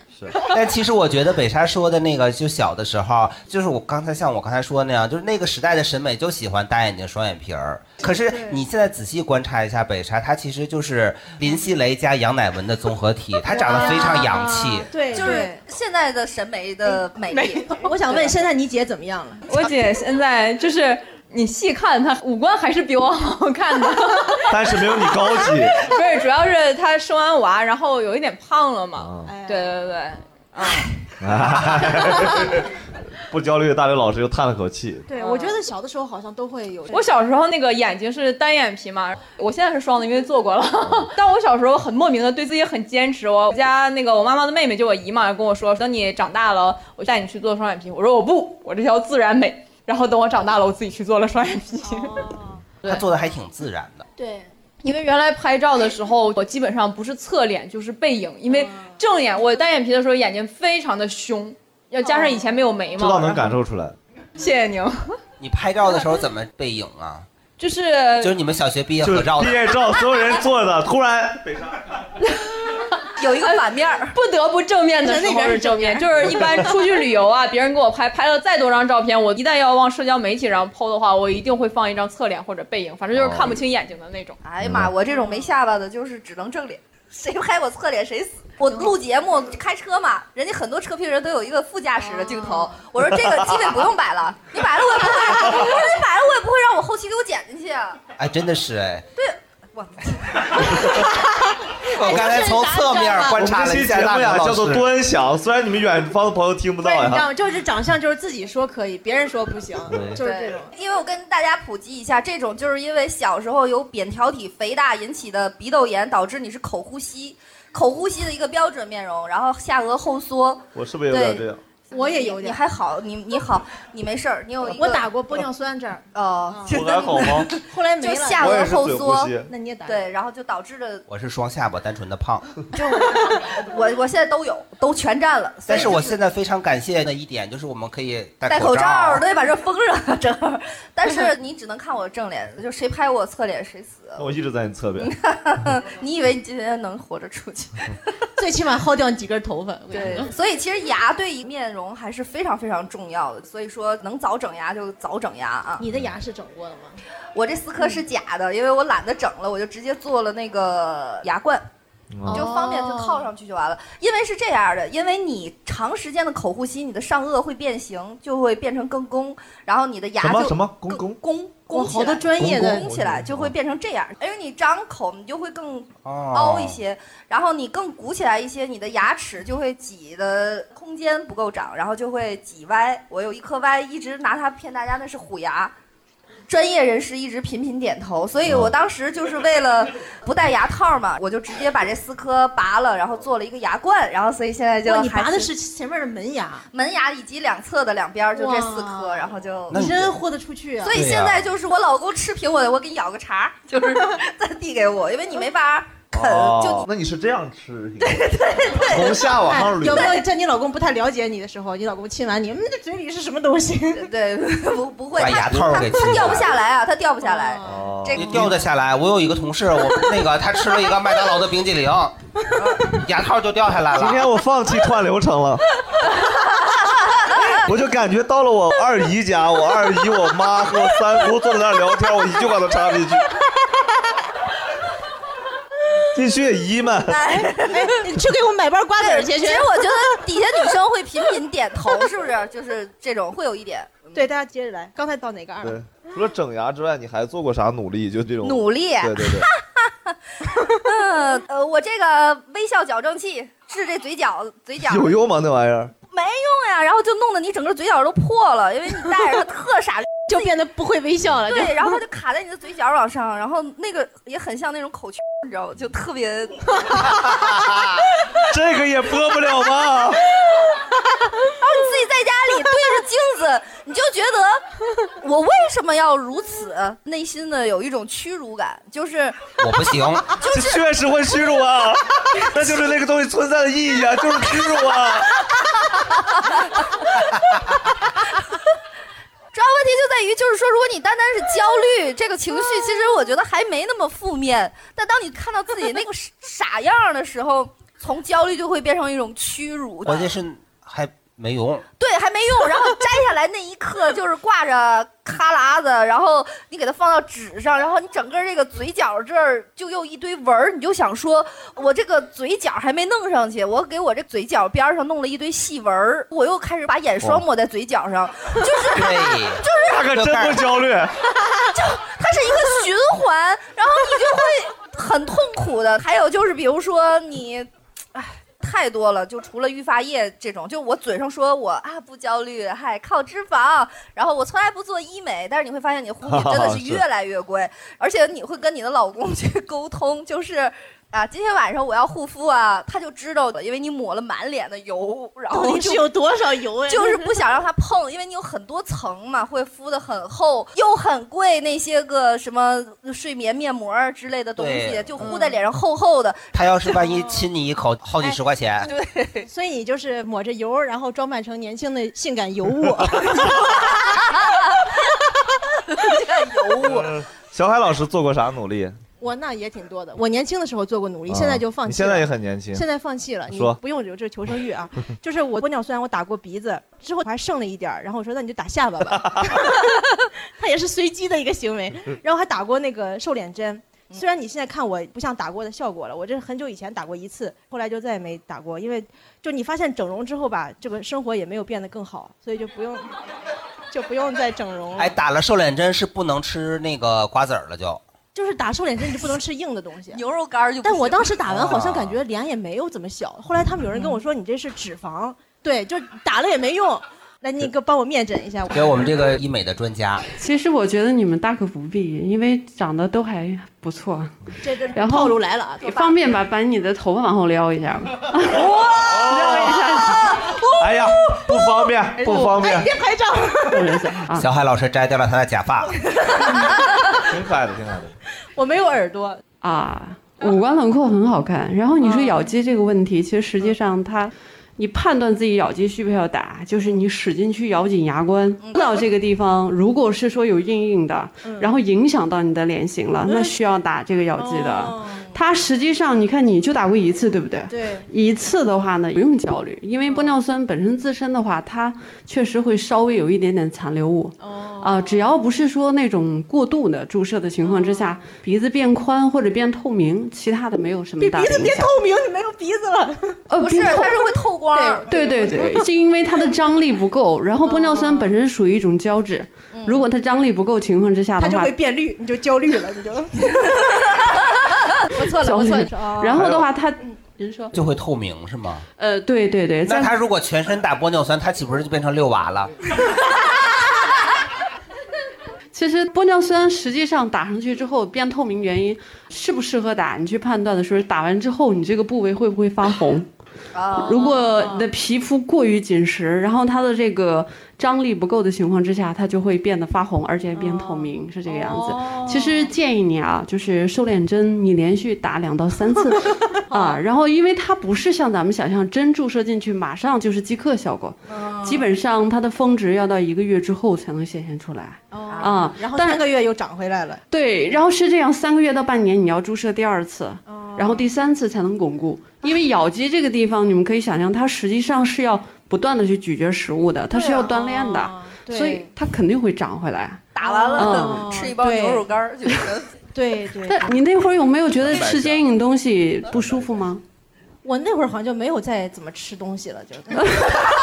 但其实我觉得北沙说的那个，就小的时候，就是我刚才像我刚才说的那样，就是那个时代的审美就喜欢大眼睛、双眼皮儿。可是你现在仔细观察一下北沙，她其实就是林熙蕾加杨乃文的综合体，她长得非常洋气。
啊对，
就是现在的审美的
哎
美丽。
我想问，现在你姐怎么样了？
我姐现在就是你细看她五官还是比我好看的，
但是没有你高级。
不是，主要是她生完娃，然后有一点胖了嘛。
哎
对对对，啊，
不焦虑的大刘老师又叹了口气。
对，我觉得小的时候好像都会有。
我小时候那个眼睛是单眼皮嘛，我现在是双的，因为做过了。 但我小时候很莫名的对自己很坚持，我家那个我妈妈的妹妹就我姨嘛，跟我说，等你长大了，我带你去做双眼皮。我说我不，我这条自然美。然后等我长大了，我自己去做了双眼皮。
哦
她做的还挺自然的。
对，
因为原来拍照的时候，我基本上不是侧脸就是背影，因
啊
为正眼我单眼皮的时候眼睛非常的凶，要加上以前没有眉毛，
哦
这倒能感受出来。
谢谢您，
你拍照的时候怎么背影 啊？
就是
就是你们小学毕业合照的
毕业照，所有人坐的，突然北沙
有一个反面，
呃不得不正面的时候是正面，就是一般出去旅游啊，别人给我拍拍了再多张照片，我一旦要往社交媒体上 PO 的话，我一定会放一张侧脸或者背影，反正就是看不清眼
嗯
睛的那种。
哎呀妈，我这种没下巴的，就是只能正脸， 谁拍我侧脸谁死。我
嗯
录节目开车嘛，人家很多车评人都有一个副驾驶的镜头，
嗯
我说这个基本不用摆了，你摆了我也不会， 我说你摆了我也不会让我后期给我剪进去啊。
哎，真的是哎，
对，我
哎
我刚才从侧面观察了一下
我
大
们这期节目呀，
刘
叫
老
做
师。
端详，虽然你们远方的朋友听不到
你知道
呀
吗？。就是长相，就是自己说可以，别人说不行，
对
就是这种。
因为我跟大家普及一下，这种就是因为小时候有扁桃体肥大引起的鼻窦炎，导致你是口呼吸，口呼吸的一个标准面容，然后下颌后缩。
我是不是有点
对
这样？
我也有
你
点哦
还好，你你好，你没事儿，你有 一个
我打过玻尿酸针儿，
哦，
我还好吗？
后来没
就
了。
下颌后缩，
那你也打？
对，然后就导致了
我是双下巴，单纯的胖。
我我现在都有，都全占了。所以
但是我
就
现在非常感谢的一点就是我们可以
戴
戴
口
口
罩，对，把这封上，正好。但是你只能看我正脸，就谁拍我侧脸谁死。
那我一直在你侧 边。
嗯你以为你今天能活着出去？
最起码薅掉几根头发。
对，所以其实牙对一面容还是非常非常重要的。所以说，能早整牙就早整牙啊。
你的牙是整过的吗？
我这四颗是假的，因为我懒得整了，我就直接做了那个牙冠。
啊嗯
哦
就方便就套上去就完了，因为是这样的，因为你长时间的口呼吸，你的上颚会变形，就会变成更弓，然后你的牙
什么
就
什么公公
弓
哇
弓起来，
好多专业的
弓起来就会变成这样，因为你张口你就会更凹一
哦
些，然后你更鼓起来一些，你的牙齿就会挤的空间不够长，然后就会挤歪。我有一颗歪，一直拿它骗大家，那是虎牙。专业人士一直频频点头，所
嗯
以我当时就是为了不戴牙套嘛，我就直接把这四颗拔了，然后做了一个牙冠，然后所以现在就
哇你
还
拔的是前面的门牙，
门牙以及两侧的两边儿，就这四
哇
颗，然后就
你真豁得出去啊！
所以现在就是我老公吃评我，我给你咬个茬儿，就是 再递给我，因为你没法啃，
哦
就，
那你是这样吃？对对对从下往上捋。
哎有没有在你老公不太了解你的时候，你老公亲完你，嗯，这嘴里是什么东 西？
对，不不会，
把
它
牙套儿
它
给
它
亲
掉
了哦
不下来啊，它掉不下来。
哦
这个
你掉得下来。我有一个同事，我那个他吃了一个麦当劳的冰激凌，牙套就掉下来
今
了。
天我放弃串流程了， 我就感觉到了我二姨家，我二姨、我妈和我三姑坐在那儿聊天，我一句话都插不 进去。继续，姨们，
哎，你去给我买包瓜子儿去。
其实我觉得底下女生会频频点头，是不是？就是这种会有一点。
对大家接着来，刚才到哪个二？
对，除了整牙之外，你还做过啥努力？就这种
努力
对 对对，
嗯呃，我这个微笑矫正器治这嘴角嘴角
有用吗？那玩意儿？
没用呀，然后就弄得你整个嘴角都破了，因为你戴着它特傻，
就变得不会微笑了。
对，然后它就卡在你的嘴角往上，然后那个也很像那种口腔，你知道吗？就特 别。
这个也播不了吗？
然后你自己在家里对着镜子，你就觉得我为什么要如此？内心的有一种屈辱感，就是
我不 行，
这确实会屈辱 啊，那就是那个东西存在的意义啊，就是屈辱啊。
主要问问题就在于，就是说，如果你单单是焦虑这个情绪，其实我觉得还没那么负面。但当你看到自己那个 傻傻样儿的时候，从焦虑就会变成一种屈辱。
关键是还没用。
对，还没用。然后摘下来那一刻，就是挂着哈喇子，然后你给它放到纸上，然后你整个这个嘴角这儿就又一堆纹儿，你就想说，我这个嘴角还没弄上去，我给我这嘴角边儿上弄了一堆细纹儿，我又开始把眼霜抹在嘴角上，就是
对，
就是
他可真不焦虑，
就它是一个循环，然后你就会很痛苦的。还有就是，比如说你，唉，太多了，就除了育发液这种，就我嘴上说我啊不焦虑，嗨，靠脂肪，然后我从来不做医美，但是你会发现你护肤品真的是
是
越来越贵，而且你会跟你的老公去沟通，就是。啊，今天晚上我要护肤啊，他就知道的，因为你抹了满脸的油， 然后
到
哦
底
就是
哦有多少油呀啊
就是不想让它碰，因为你有很多层嘛，会敷的很厚，又很贵，那些个什么睡眠面膜儿之类的东西，
对
就敷在脸上厚厚的。
他要是万一亲你一口，好几十块钱。
对，所以你就是抹着油，然后装扮成年轻的性感 尤物。
尤物。
小海老师做过啥努力？
我那也挺多的，我年轻的时候做过努力，
啊
现在就放弃了。
你现在也很年轻
现在放弃了。你
说
不用留这求生欲 啊，就是我玻尿酸我打过鼻子之后还剩了一点儿，然后我说那你就打下巴吧，它也是随机的一个行为。然后还打过那个瘦脸针，虽然你现在看我不像打过的效果了，我这很久以前打过一次，后来就再也没打过，因为就你发现整容之后吧，这个生活也没有变得更好，所以就不用就不用再整容了。
哎，打了瘦脸针是不能吃那个瓜子儿了就。
就是打瘦脸针，你就不能吃硬的东西，
牛肉干就。
但我当时打完好像
啊
感觉脸也没有怎么小，后来他们有人跟我说你这是脂肪，对，就打了也没用。来，那个帮我面诊一下。
给我们这个医美的专家，
其实我觉得你们大可不必，因为长得都还不错。
这这
然后
套路来了啊，
也方便吧，把你的头发往后撩一下吧。
哎呀，不方便，不方便，
哎别拍照。
小海老师摘掉了他的假发，
挺可爱的，挺可爱的。
我没有耳朵，啊
啊，五官轮廓很好看。然后你说咬肌这个问题，其实实际上它，你判断自己咬肌需不需要打，就是你使劲去咬紧牙关，
嗯
到这个地方，如果是说有硬硬的，然后影响到你的脸型了，那需要打这个咬肌
哦
的。它实际上，你看你就打过一次，对不对？
嗯对，
一次的话呢，不用焦虑，因为玻尿酸本身自身的话，它确实会稍微有一点点残留物。哦，啊、只要不是说那种过度的注射的情况之
哦
下，鼻子变宽或者变透明，其他的没有什么
你
大
鼻
的
子
影
别
响
透。明，你没有鼻子了。
呃
不是，
鼻头
它是会透光儿。
对对对，是因为它的张力不 够，然后玻尿酸本身属于一种胶质，如果它张力不够情况之下
嗯它
的
就
话
会，变绿，你就焦虑了，你就。
我
呃错了我错了哦
然后的话，它您说，
就会透明是吗？
呃，对对对，
那
在
他如果全身打玻尿酸，他岂不是就变成六娃了？
其实玻尿酸实际上打上去之后变透明，原因适不适合打，你去判断的时候，打完之后你这个部位会不会发红？如果你的皮肤过于紧实，然后它的这个张力不够的情况之下，它就会变得发红，而且变透明，是这个样子。其实建议你啊，就是瘦脸针，你连续打两到三次啊，然后因为它不是像咱们想象针注射进去马上就是即刻效果，基本上它的峰值要到一个月之后才能显现出来。啊，
然后
但
三个月又长回来了。
对，然后是这样，三个月到半年你要注射第二次，
哦
然后第三次才能巩固。因为咬肌这个地方，你们可以想象，它实际上是要不断的去咀嚼食物的，它是要锻炼的，
对
所以它肯定会长回来。
啊打完了
嗯
吃一包牛肉干儿，就觉得
对对。
但你那会儿有没有觉得吃坚硬东西不舒服吗？
我那会儿好像就没有再怎么吃东西 了，就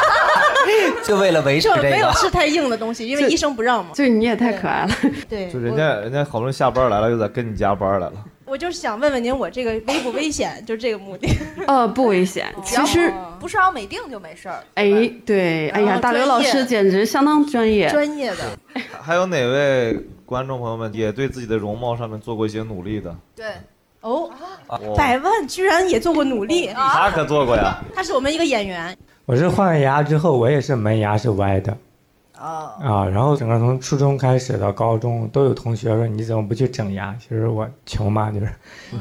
就为了维持
就
这
没有吃
个。
太硬的东西，因为
就
医生不让嘛。
就你也太可爱了。
对，
就人家人家好不容易下班来了，又在跟你加班来了。
我就是想问问您，我这个危不危险？就这个目的。
呃，不危险。 其实，
不是奥美定就没事儿。
哎，对，哎呀，
哦
大刘老
专业
师简直相当专业。
专业的，
还有哪位观众朋友们也对自己的容貌上面做过一些努力的？
对。哦，
啊
百万居然也做过努力
哦
他
啊
可做过呀。
他是我们一个演员，
我是换了牙之后，我也是门牙是歪的。
哦
啊，然后整个从初中开始到高中，都有同学说你怎么不去整牙？其实我穷嘛，就是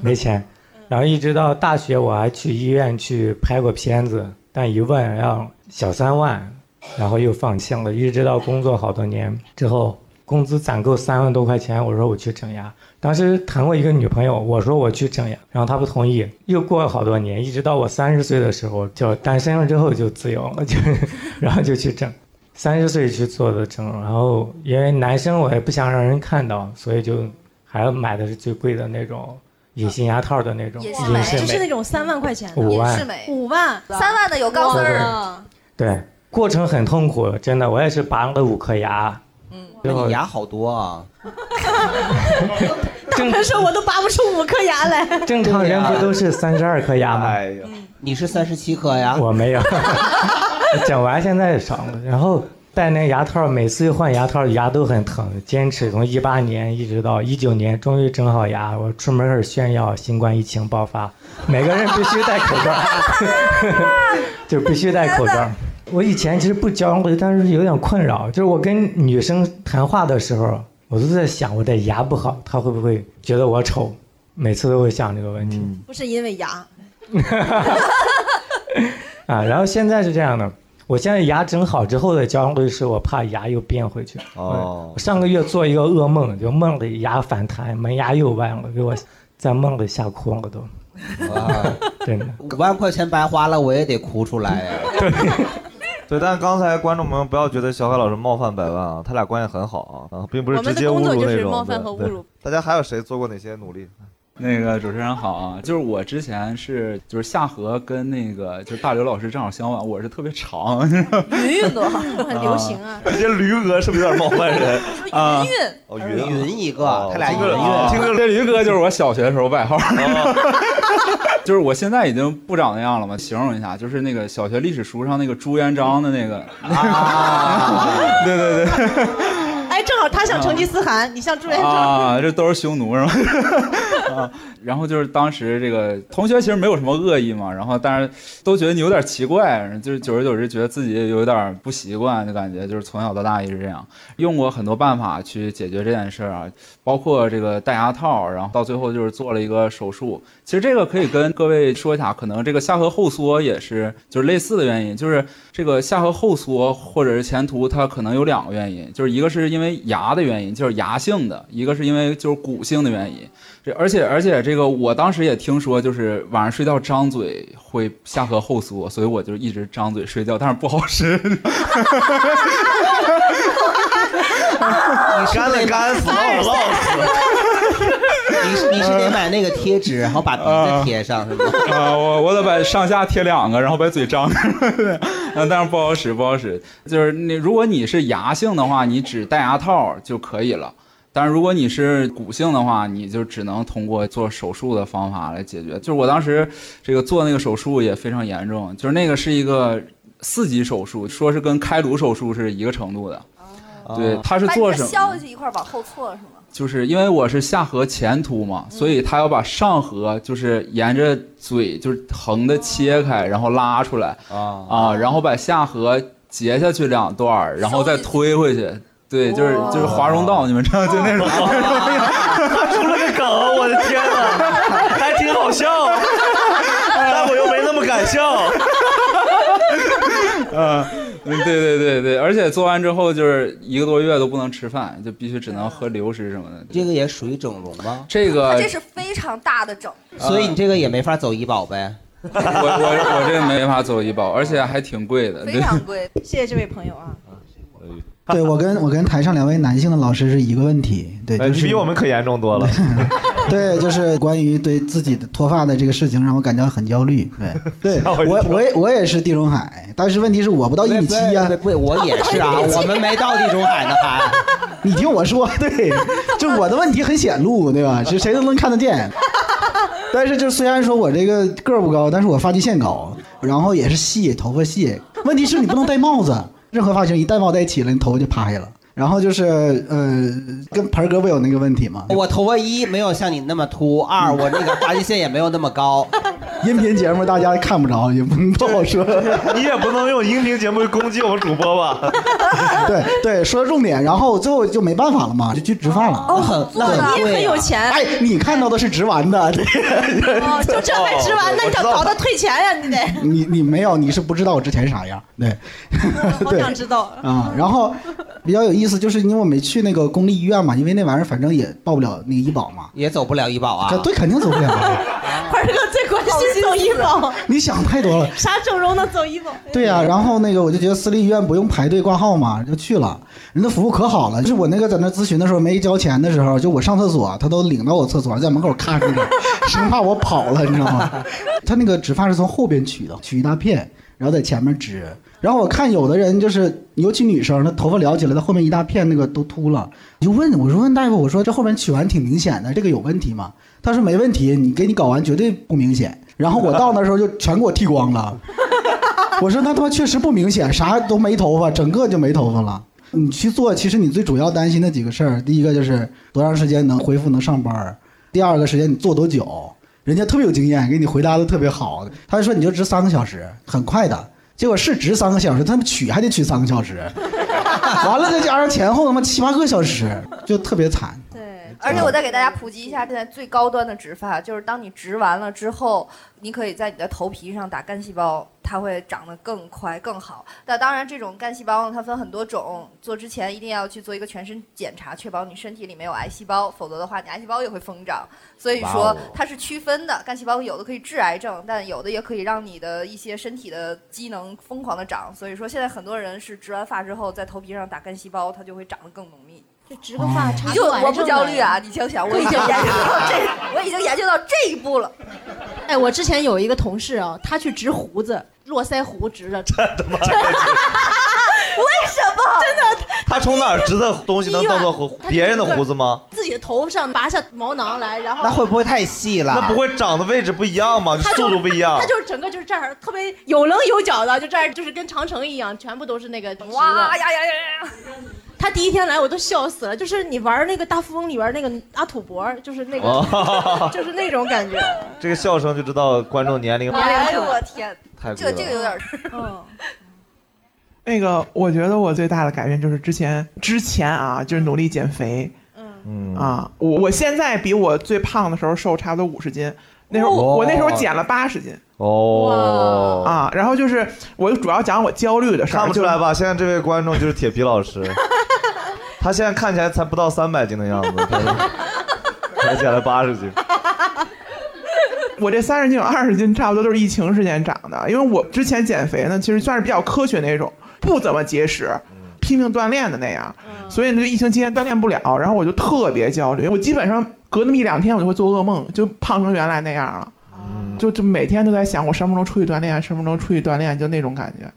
没钱。
嗯
然后一直到大学，我还去医院去拍过片子，但一问要小三万，然后又放弃了，一直到工作好多年之后，工资攒够三万多块钱，我说我去整牙。当时谈过一个女朋友，我说我去整牙，然后她不同意。又过了好多年，一直到我三十岁的时候，就单身了之后就自由了，就是 然后就去整。三十岁去做的整容，然后因为男生我也不想让人看到，所以就还买的是最贵的那种隐形牙套的那种隐
哇
适
就是那
美。
种三万块钱的，
五万隐适
美，五万，
三万的有钢丝儿
哇。
对，过程很痛苦，真的，我也是拔了五颗牙。
嗯，
然后
你牙好多啊。
正
他说我都拔不出五颗牙来。
正常人不啊都是三十二颗牙吗？
啊哎你是三十七颗呀？
我没有， 整完现在少了。然后戴那牙套，每次换牙套牙都很疼，坚持从一八年一直到一九年，终于整好牙。我出门儿炫耀新冠疫情爆发，每个人必须戴口罩，就必须戴口罩。我以前其实不焦虑，但是有点困扰，就是我跟女生谈话的时候，我都在想我的牙不好，她会不会觉得我丑？每次都会想这个问题。
不是因为牙，
啊，然后现在是这样的，我现在牙整好之后的焦虑是我怕牙又变回去。
哦
我上个月做一个噩梦，就梦里牙反弹，门牙又弯了，给我在梦里吓哭了都。 真的，
五万块钱白花了，我也得哭出来 呀。
对，但刚才观众朋友不要觉得小海老师冒犯百万啊，他俩关系很好啊，啊并不是
我们
直
的
接侮
工作
辱
就
那
是
种。
冒犯和
对
侮辱。
大家还有谁做过哪些努 力？
那个主持人好啊，就是我之前是就是夏河跟那个就是大刘老师正好相反，我是特别长，
云运动
很流行啊。
人家驴哥是不是有点冒 犯人？
啊，
哦，云啊
云一个，他俩一
哦听
个哦
着
云。
听着，这驴哥就是我小学的时候外号，
哦
就是我现在已经不长那样了嘛，形容一下，就是那个小学历史书上那个朱元璋的那个， 对对对。
啊 哎，正好他像成吉思汗，你像朱元璋。
啊，这都是匈奴是吗？啊，然后就是当时这个同学其实没有什么恶意嘛，然后但是都觉得你有点奇怪，就是久而久之觉得自己有点不习惯，就感觉就是从小到大一直这样，用过很多办法去解决这件事儿啊，包括这个戴牙套，然后到最后就是做了一个手术。其实这个可以跟各位说一下，可能这个下颌后缩也是就是类似的原因，就是这个下颌后缩或者是前凸，它可能有两个原因，就是一个是因为牙的原因，就是牙性的；一个是因为就是骨性的原因。这而且而且这个我当时也听说，就是晚上睡觉张嘴会下颌后缩，所以我就一直张嘴睡觉，但是不好使。
你
干了干死
了
了
落死。你是你是得买那个贴纸，然后 把鼻
呃
子贴上是吗？
啊，我我得把上下贴两个，然后把嘴张开。 嗯，但是不好使，不好使。就是你，如果你是牙性的话，你只戴牙套就可以了。但是如果你是骨性的话，你就只能通过做手术的方法来解决。就是我当时这个做那个手术也非常严重，就是那个是一个四级手术，说是跟开颅手术是一个程度的。
哦
对，他呃是
把你
做
这
什么？
削下去一块儿往后错是吗？
就是因为我是下颌前凸嘛，
嗯
所以他要把上颌就是沿着嘴就是横的切开，然后拉出来
啊
然后把下颌截下去两段
哦
儿，然后再推回去。对，就是就是华容道，你们知道就那种。
哦
他出了个梗，我的天 哪，还挺好笑，但我又没那么敢笑。
嗯，对对对对，而且做完之后就是一个多月都不能吃饭，就必须只能喝流食什么的。
这个也属于整容吗？
这
他
个
啊
呃
这是非常大的整，
所以你这个也没法走医保呗。
我我我这没法走医保，而且还挺贵的。对。
呃 贵。
谢谢这位朋 友啊，
对我跟我跟台上两位男性的老师是一个问题，对，
哎
就
你
是
比我们可严重多了。
对，就是关于对自己的脱发的这个事情，让我感觉很焦虑。 对，对我我也我也是地中海，但是问题是我不到一啊米七呀、
对，不，我也是 啊，我们没到地中海呢还。
你听我说，对，就是我的问题很显露，对吧？是谁都能看得见。但是就虽然说我这个个儿不高，但是我发际线高，然后也是细，头发细。问题是你不能戴帽子，任何发型一戴帽戴起了，你头发就趴下了。然后就是呃，跟盆儿哥不有那个问题吗？
嗯
我头发一没有像你那么秃，二我那个发际线也没有那么高，
音频节目大家看不着，也不不好说。
你也 不能用音频节目攻击我们主播吧？
对对，说重点，然后最后就没办法了嘛，就去植发了。哦，
做的你也很有钱
哎，你看到的是植完的， 对
哦，就这还值完，那你得搞他退钱呀， 你得。
你你没有，你是不知道我之前啥样，对，
哦 好
对
想知道。
啊、然后比较有意思，就是因为我没去那个公立医院嘛，因为那玩意儿反正也报不了那个医保嘛，
也走不了医保啊
可。对，肯定走不了啊。
二哥最 关心走医保，
你想太多了。
啥整容能走医保？
啊
对呀、然后那个我就觉得私立医院不用排队挂号嘛，就去了。人家服务可好了，就是我那个在那咨询的时候没交钱的时候，就我上厕所，他都领到我厕所，在门口看着呢，生怕我跑了，你知道吗？他那个植发是从后边取的，取一大片，然后在前面植。然后我看有的人就是，尤其女生，她头发撩起来，她后面一大片那个都秃了，我就问我说问大夫，我说这后面取完挺明显的，这个有问题吗？他说没问题，你给你搞完绝对不明显。然后我到那时候就全给我剃光了。 我说那他妈确实不明显，啥都没头发，整个就没头发了。你去做，其实你最主要担心的几个事儿，第一个就是多长时间能恢复能上班儿，第二个时间你做多久，人家特别有经验，给你回答的特别好，他就说你就值三个小时，很快的。结果是值三个小时，他们取还得取三个小时， 完了再加上前后他妈七八个小时，就特别惨。
而且我再给大家普及一下，现在最高端的植发，就是当你植完了之后，你可以在你的头皮上打干细胞，它会长得更快更好。那当然，这种干细胞呢，它分很多种，做之前一定要去做一个全身检查，确保你身体里没有癌细胞，否则的话，你癌细胞也会疯长。所以
哇
说
哦
它是区分的，干细胞有的可以治癌症，但有的也可以让你的一些身体的机能疯狂的长。所以说，现在很多人是植完发之后，在头皮上打干细胞，它就会长得更浓密。
就植个
哦
发查
哎你就
出癌
我不
症
焦
来
虑啊！你想想，我已经研究到这，我已经研究到这一步了。
哎，我之前有一个同事啊，他去植胡子，络腮胡植 的。
为什么？
真的，
他从哪儿植的东西能当做胡
他
别人的胡子吗？
自己的头发上拔下毛囊来，然后
会
不会太细
那不会长的位置不一样吗？
他就
速度不一样
他。就是整个就是这儿特别有棱有角的，就这儿就是跟长城一样，全部都是那个
哇呀呀
呀呀！他第一天来我都笑死了，就是你玩那个大富翁里边那个阿土伯，就是那
哦
个 就是那种感觉。
这个笑声就知道观众年龄
哎呦我天
太，
这个
贵
这
了
个有点儿，
嗯，
那个，我觉得我最大的改变就是之前之前啊，就是努力减肥。
嗯
啊，我我现在比我最胖的时候瘦差不多五十斤，那时候、
哦
我那时候减了八十斤。
哦
啊，然后就是我主要讲我焦虑的事儿，
看不出
就
来吧？现在这位观众就是铁皮 老师，他现在看起来才不到三百斤的样子， 他才减了八十斤。
我这三十斤有二十斤，差不多都是疫情时间长的。因为我之前减肥呢，其实算是比较科学那种，不怎么节食，拼命锻炼的那样。所以呢，就疫情期间锻炼不了，然后我就特别焦虑。我基本上隔那么一两天，我就会做噩梦，就胖成原来那样了。就就每天都在想，我什么时候出去锻炼，什么时候出去锻炼，就那种感觉。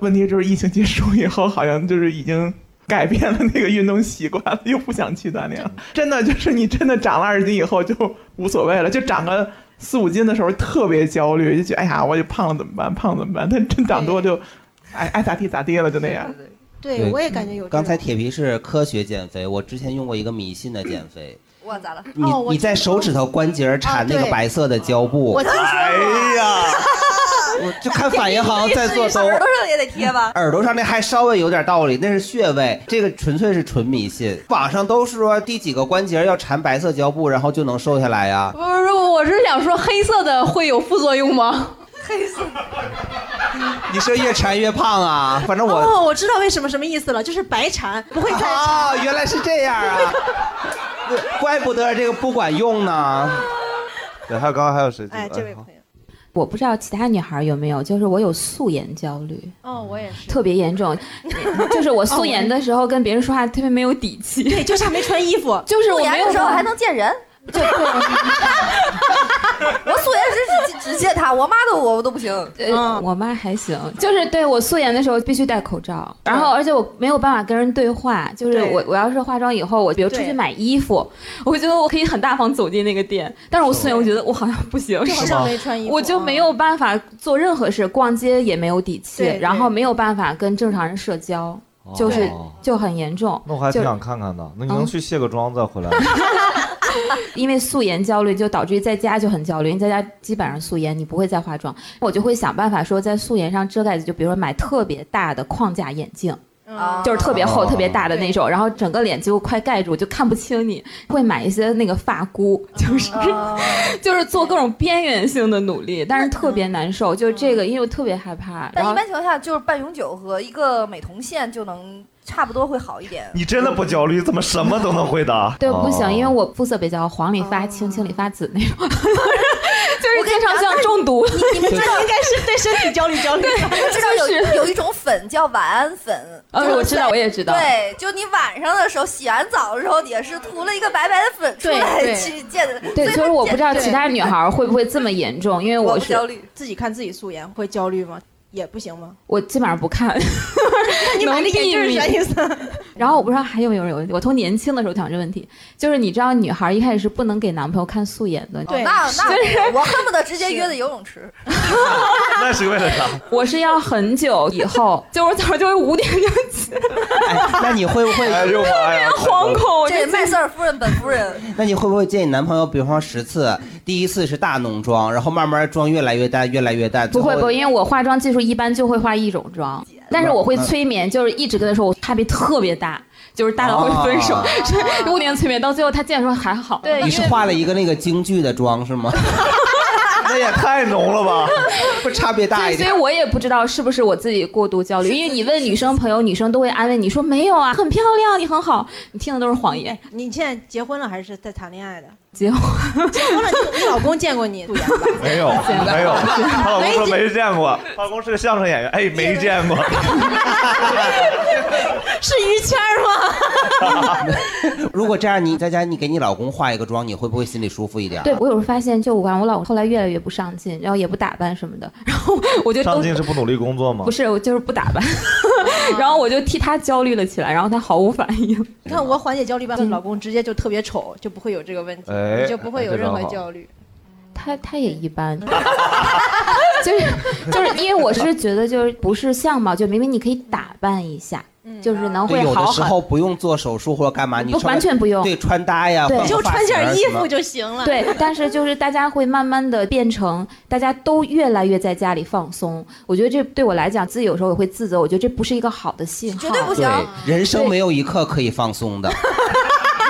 问题就是疫情结束以后，好像就是已经改变了那个运动习惯了，又不想去锻炼了。真的就是你真的长了二十斤以后就无所谓了，就长个四五斤的时候特别焦虑，就觉得哎呀，我就胖了怎么办？胖了怎么办？但真长多就哎爱爱咋地咋地了，就那样。
对，我也感觉有这种。
刚才铁皮是科学减肥，我之前用过一个迷信的减肥，
哦
我咋了？
你你在手指头关节缠那
啊
个
对
白色的胶布，
我听说过哎
呀，我就看反应 好像在做
手
都。
耳朵上也得贴吧？
耳朵上那还稍微有点道理，那是穴位，这个纯粹是纯迷信。网上都是说第几个关节要缠白色胶布，然后就能瘦下来呀、
不是，我是想说黑色的会有副作用吗？
黑 色
你是越缠越胖啊？反正我、
哦，我知道为什么什么意思了，就是白缠，不会再缠。
哦，原来是这样啊！怪不得这个不管用呢。
对，还有刚刚还有谁？
哎，这位朋友，
我不知道其他女孩有没有，就是我有素颜焦虑，
哦，我也是。
特别 严重。就是我素颜的时候跟别人说话特别没有底气，
对，就差没穿衣服。
就是我没有
素颜的时候还能见人。
就对，
我素颜只只只见他，我妈都我都不行。
嗯
呃，我妈还行，就是对我素颜的时候必须戴口罩，然后而且我没有办法跟人对话，就是
对
我我要是化妆以后，我比如出去
对
买衣服，我觉得我可以很大方走进那个店，但是我素颜，我觉得我好像不行，
就好像是吗没穿衣服嗯
我就没有办法做任何事，逛街也没有底气
对对，
然后没有办法跟正常人社交，就是
哦
就很严重。
那我还挺
就
想看看的，那你能
嗯
去卸个妆再回来？
因为素颜焦虑就导致于在家就很焦虑，因为在家基本上素颜，你不会再化妆，我就会想办法说在素颜上遮盖，就比如说买特别大的框架眼镜。
嗯哦
就是特别厚、特别大的那种，然后整个脸几乎快盖住，就看不清你。会买一些那个发箍，就是
哦
就是做各种边缘性的努力，但是特别难受。就这个，因为我特别害怕。
嗯但
然
一
后？
般情况下，就是半永久和一个美瞳线就能差不多会好一点。
你真的不焦虑？怎么什么都能回答
对，不
哦
行，因
为
为我肤色比较黄里发青、青里发紫那种， 就是经常像中毒。
你们知道
应该是对身体焦虑焦虑
知道 有有一种粉叫晚安粉，
呃
就是
我知道
在
我也知道
对，就你晚上的时候洗完澡的时候，也是涂了一个白白的粉出
对
来
对
去见的。
对，
所
所
以
以我不知道
见
其他女孩会不会这么严重，因为我是
自己看自己素颜会焦虑吗？也不行 吗？
我基本上不看。
你买那眼镜是啥意思？
然后我不知道还有没有人，我从年轻的时候想这问题，就是你知道女孩一开始是不能给男朋友看素颜的，
哦那
就
那
是
我恨不得直接约的游泳池。
那是为了啥？
我是要很久以后，就我早上就会五点就起，
那你会不会？
哎呦妈呀！
惶恐
这哦麦瑟尔夫人本夫人，
那你会不会见你男朋友，比方十次，第一次是大浓妆，然后慢慢妆越来越淡，越来越淡？
不会
最后
不会，因为我化妆技术一般就会化一种妆，但是我会催眠，就是一直跟他说我差别特别大，就是大到会 分手
啊，
就五点催眠，到最后他见的时候还好。对
你是化了一个那个京剧的妆是吗？
那也太浓了吧？
不差别大一
所以
点。
我也不知道是不是我自己过度焦虑，因为你问女生朋友，女生都会安慰你说没有啊，很漂亮，你很好，你听的都是谎言。
你现在结婚了还是在谈恋爱的？
结婚，
结婚了，你你老公见过你素颜吧？
没有，没有。她老公说没见过，她老公是个相声演员，哎，没见过。
是于谦吗？
如果这样，你在家你给你老公化一个妆，你会不会心里舒服一点？啊
对我有时候发现，就我感觉我老公后来越来越不上进，然后也不打扮什么的，然后我就
上
都
进是不努力工作吗？
不是我就是不打扮，
哦
然后我就替他焦虑了起来，然后他毫无反应。
你看我缓解焦虑办法，老公直接就特别丑，就不会有这个问题，
哎
你就不会有任何焦虑。
他他也一般， 就是就是因为我是觉得就是不是相貌，就明明你可以打扮一下，就是能
嗯对，
会
有的
好
时候
很。
不用做手术或者干嘛，你
不
穿
完全不用
对，穿搭呀，
对
换个
就
发
穿
型啊
件衣
什么
服就
行了
对， 但是就是大家会慢慢的变成，大家都越来越在家里放松。我觉得这对我来讲，自己有时候也会自责，我觉得这不是一个好的信号。绝啊对
对，人生没有一刻可以放松 的，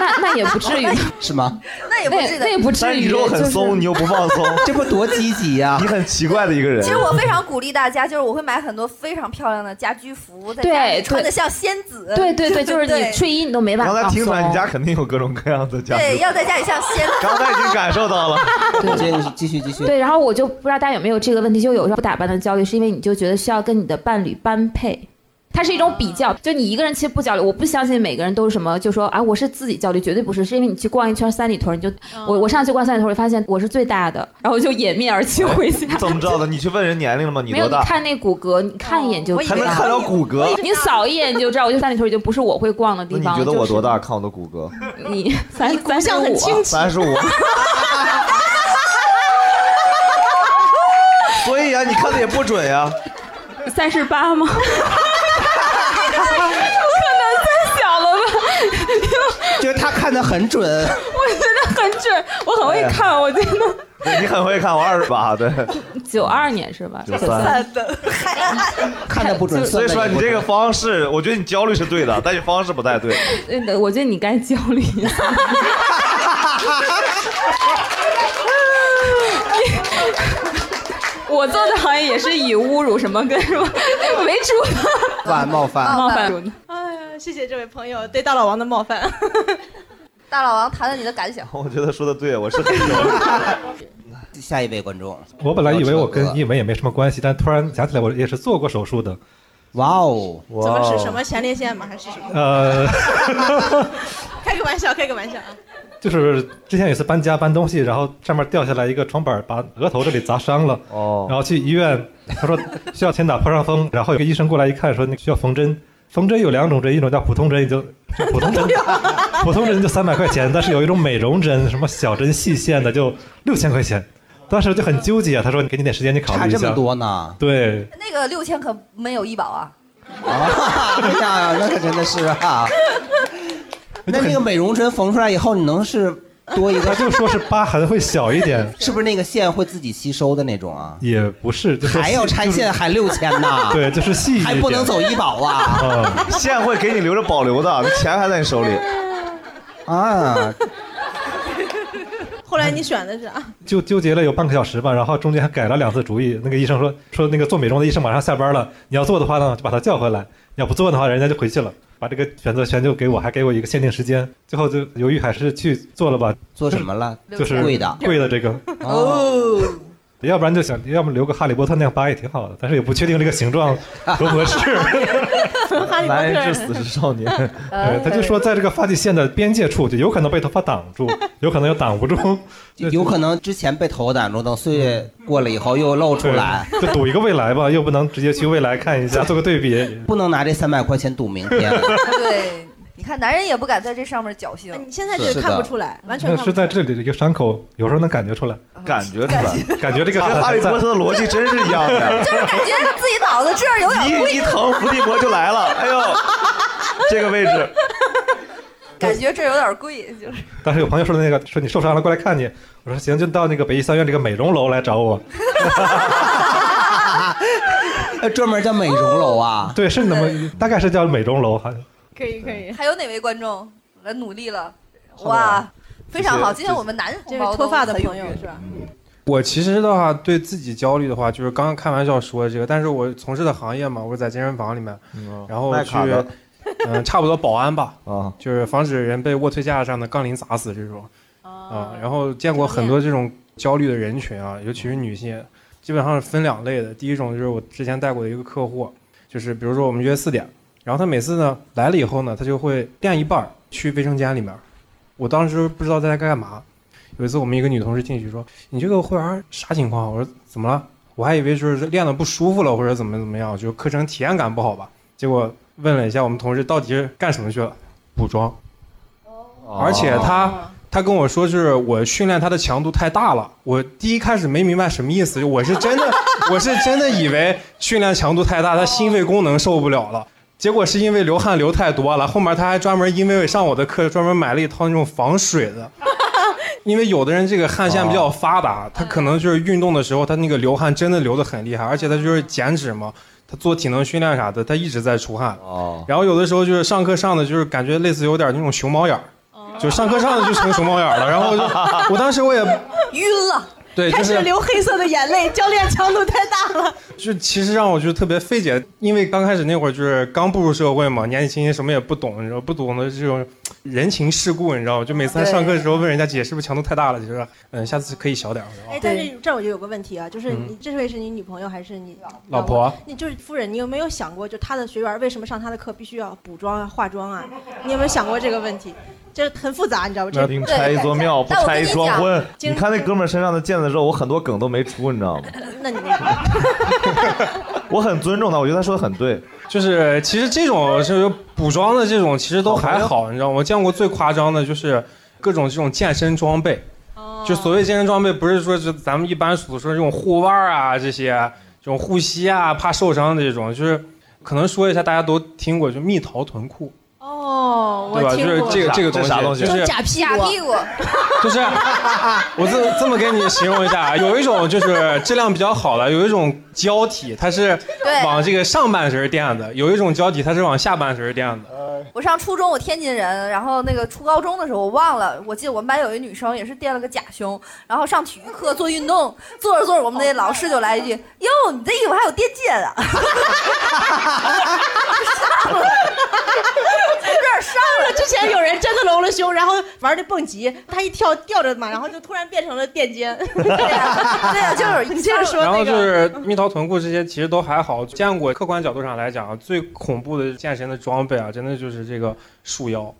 那那也不至于，
是吗？
那也不至于，
那也不至
但
于。
你说我很松，你又不放松，
这不多积极呀？
你很奇怪的一个人。
其实我非常鼓励大家，就是我会买很多非常漂亮的家居服，在
对
家里
对
穿的像仙子。
对 对对，就是你
对
睡衣你都没办
刚
法
才
放
听
松。
出来，你家肯定有各种各样的家
对
具。
要在家里像仙子。
刚才已经感受到了。
对，继续继续。
对，然后我就不知道大家有没有这个问题，就有时候不打扮的焦虑，是因为你就觉得需要跟你的伴侣般配。它是一种比较，就你一个人其实不焦虑，我不相信每个人都是什么，就说啊我是自己焦虑，绝对不是，是因为你去逛一圈三里屯，你就
嗯
我我上次去逛三里屯，我发现我是最大的，然后就掩面而泣回家。
你怎么知道的？你去问人年龄了哎吗？你
没有，
多
你
大？
看那骨骼，你看一眼就
哦我以
知道。
为还能看到骨骼我一直
你扫一眼你就知道，我就三里屯已经不是我会逛的地
那你
方
觉
了。
得
就
我
是
多大？看我的骨骼。
你三三十五，
三 十 五。所以啊，你看的也不准呀。
三十八吗？可能太小 了吧？
觉得他看的很准。
我觉得很准，我很会看，我觉得。
对你很会看，我二十八，对，
九二年是吧？
93 93
的，
看的不准
所以说你这个方式，我觉得你焦虑是对的，但你方式不太对。
个，呃我觉得你该焦虑一 下。 我 做 的行业也是以侮辱什么跟什么为主的，
犯冒犯
冒犯主的。
哎呀，谢谢这位朋友对大老王的冒犯。
大老王谈谈你的感想。
我觉得说的对，我是很焦
虑。 下一位观众，
我本来以为我跟医美也没什么关系，但突然想起来，我也是做过手术的。
哇哦！
怎么是什么前列腺吗？还是什么？
呃，
开个玩笑，开个玩笑啊！
就是之前有一次搬家搬东西，然后上面掉下来一个床板，把额头这里砸伤了。
哦，
然后去医院，他说需要先打破伤风，然后有个医生过来一看，说那个需要缝针。缝针有两种针，一种叫普通针，就就普 通针，
哎
普通针就三百块钱，但是有一种美容针，什么小针细线的就六千块钱。当时就很纠结，啊他说你给你点时间，你考虑一下。
差这么多呢？
对，
那个六千可没有医保啊。
哎啊 呀，那可真的是啊。那那个美容针缝出来以后，你能是多一个，
就说是疤痕会小一点，
是不是那个线会自己吸收的那种啊？
也不是，就说
还要拆线，还六千
啊
呢？
对，就是细一点嗯
还不能走医保 啊？
线会给你留着保留的，那钱还在你手里。
啊，
后来你选的是啊，
就纠结了有半个小时吧，然后中间还改了两次主意。那个医生说说那个做美容的医生马上下班了，你要做的话呢，就把他叫回来；你要不做的话，人家就回去了。把这个选择权就给我，还给我一个限定时间。最后就犹豫，还是去做了吧。
做什么了？
就是
贵的
贵的这个。
哦，
要不然就想，要么留个哈利波特那样疤也挺好的，但是也不确定这个形状合不 合适。
哈利
男人
波
至
特
死是少 年。呃对，他就说在这个发际线的边界处，就有可能被头发挡住，有可能又挡不住，
有可能之前被头发挡住，等岁月过了以后又露出来。
就赌一个未来吧，又不能直接去未来看一下，做个对比。
不能拿这三百块钱赌明 天。
对， 你看男人也不敢在这上面侥幸。
你现在
这个是看的不出哦
来，完
那 是在这里的一个伤口，有时候能感觉出来，
感觉出来，
感觉这个
跟哈利波特的逻辑真是一样 的
就是感觉自己脑子这儿有点不
一一疼，伏地魔就来了。哎呦，这个位置，
感觉这有点贵，就是
当时有朋友说的那个，说你受伤了过来看你，我说行，就到那个北医三院这个美容楼来找我。
专门叫美容楼啊？
对，是那么大概是叫美容楼，好像
可以可以。还有哪位观众来努力了？哇，非常好！今天我们男
这
同
是
胞
脱发的
都很踊
朋友
跃
是吧？
我其实的话，对自己焦虑的话，就是刚刚开玩笑说这个，但是我从事的行业嘛，我在健身房里面，
嗯
然后
卖
去
卡的，
嗯、差不多保安吧，
啊，
就是防止人被卧推架上的杠铃砸死这种，啊，然后见过很多这种焦虑的人群啊，尤其
嗯
是女性，基本上是分两类的。第一种就是我之前带过的一个客户，就是比如说我们约四点，然后他每次呢来了以后呢，他就会练一半儿去卫生间里面，我当时不知道在干嘛。有一次我们一个女同事进去说：“你这个会员啥情况？”我说：“怎么了？我还以为就是练的不舒服了，或者怎么怎么样，就是课程体验感不好吧。”结果问了一下我们同事到底是干什么去了，补妆。而且他他跟我说是我训练他的强度太大了，我第一开始没明白什么意思，就我是真的 我是真的以为训练强度太大，他心肺功能受不了了。结果是因为流汗流太多了，后面他还专门因为上我的课专门买了一套那种防水的，因为有的人这个汗腺比较发达，他可能就是运动的时候他那个流汗真的流得很厉害，而且他就是减脂嘛，他做体能训练啥的，他一直在出汗。然后有的时候就是上课上的就是感觉类似有点那种熊猫眼儿，
哦
就上课上的就成熊猫眼儿了。然后我就我 当时我也
晕了，
哎对
开
就
始
是
流黑色的眼泪，教练强度太大了。
就其实让我就特别费解，因为刚开始那会儿就是刚步入社会嘛，年纪轻轻什么也不懂，你知道不懂的这种人情世故，你知道吗？就每次他上课的时候问人家姐是不是强度太大了，就说嗯下次可以小点儿。
哎，但是这儿我就有个问题啊，就是
嗯
你这位是你女朋友还是你
老婆
你就是夫人，你有没有想过，就她的学员为什么上她的课必须要补妆啊、化妆啊？你有没有想过这个问题？这很复杂，你知道吗？这
那你拆一座庙，不拆一桩婚。
经
你看那哥们儿身上的毽子肉，我很多梗都没出，你知道吗？
那你
我很尊重他，我觉得他说的很对。
就是其实这种是补妆的这种其实都还好，你知道吗我见过最夸张的就是各种这种健身装备，
哦
就所谓健身装备不是说是咱们一般所说这种护腕儿啊这些，这种护膝啊怕受伤的这种，就是可能说一下大家都听过，就蜜桃臀裤。
哦，
对吧
我听过
就是这个这个
这啥
东西就是
假屁
假屁股，
就是我这这么给你形容一下啊，有一种就是质量比较好的，有一种胶体，它是
对
往这个上半身垫的；有一种胶体，它是往下半身垫的。
我上初中，我天津人，然后那个初高中的时候我忘了，我记得我们班有一女生也是垫了个假胸，然后上体育课做运动，做着做着，我们那老师就来一句：“哟，你这衣服还有垫肩啊！” 上了，
有点上了。之前有人真的隆了胸，然后玩那蹦极，他一跳吊着嘛，然后就突然变成了垫肩。 对呀，
对呀，就是
你接着说
然后
那
就
个。
是蜜桃臀裤这些，其实都还好。见过客观角度上来讲啊，最恐怖的健身的装备啊，真的就是这个束腰，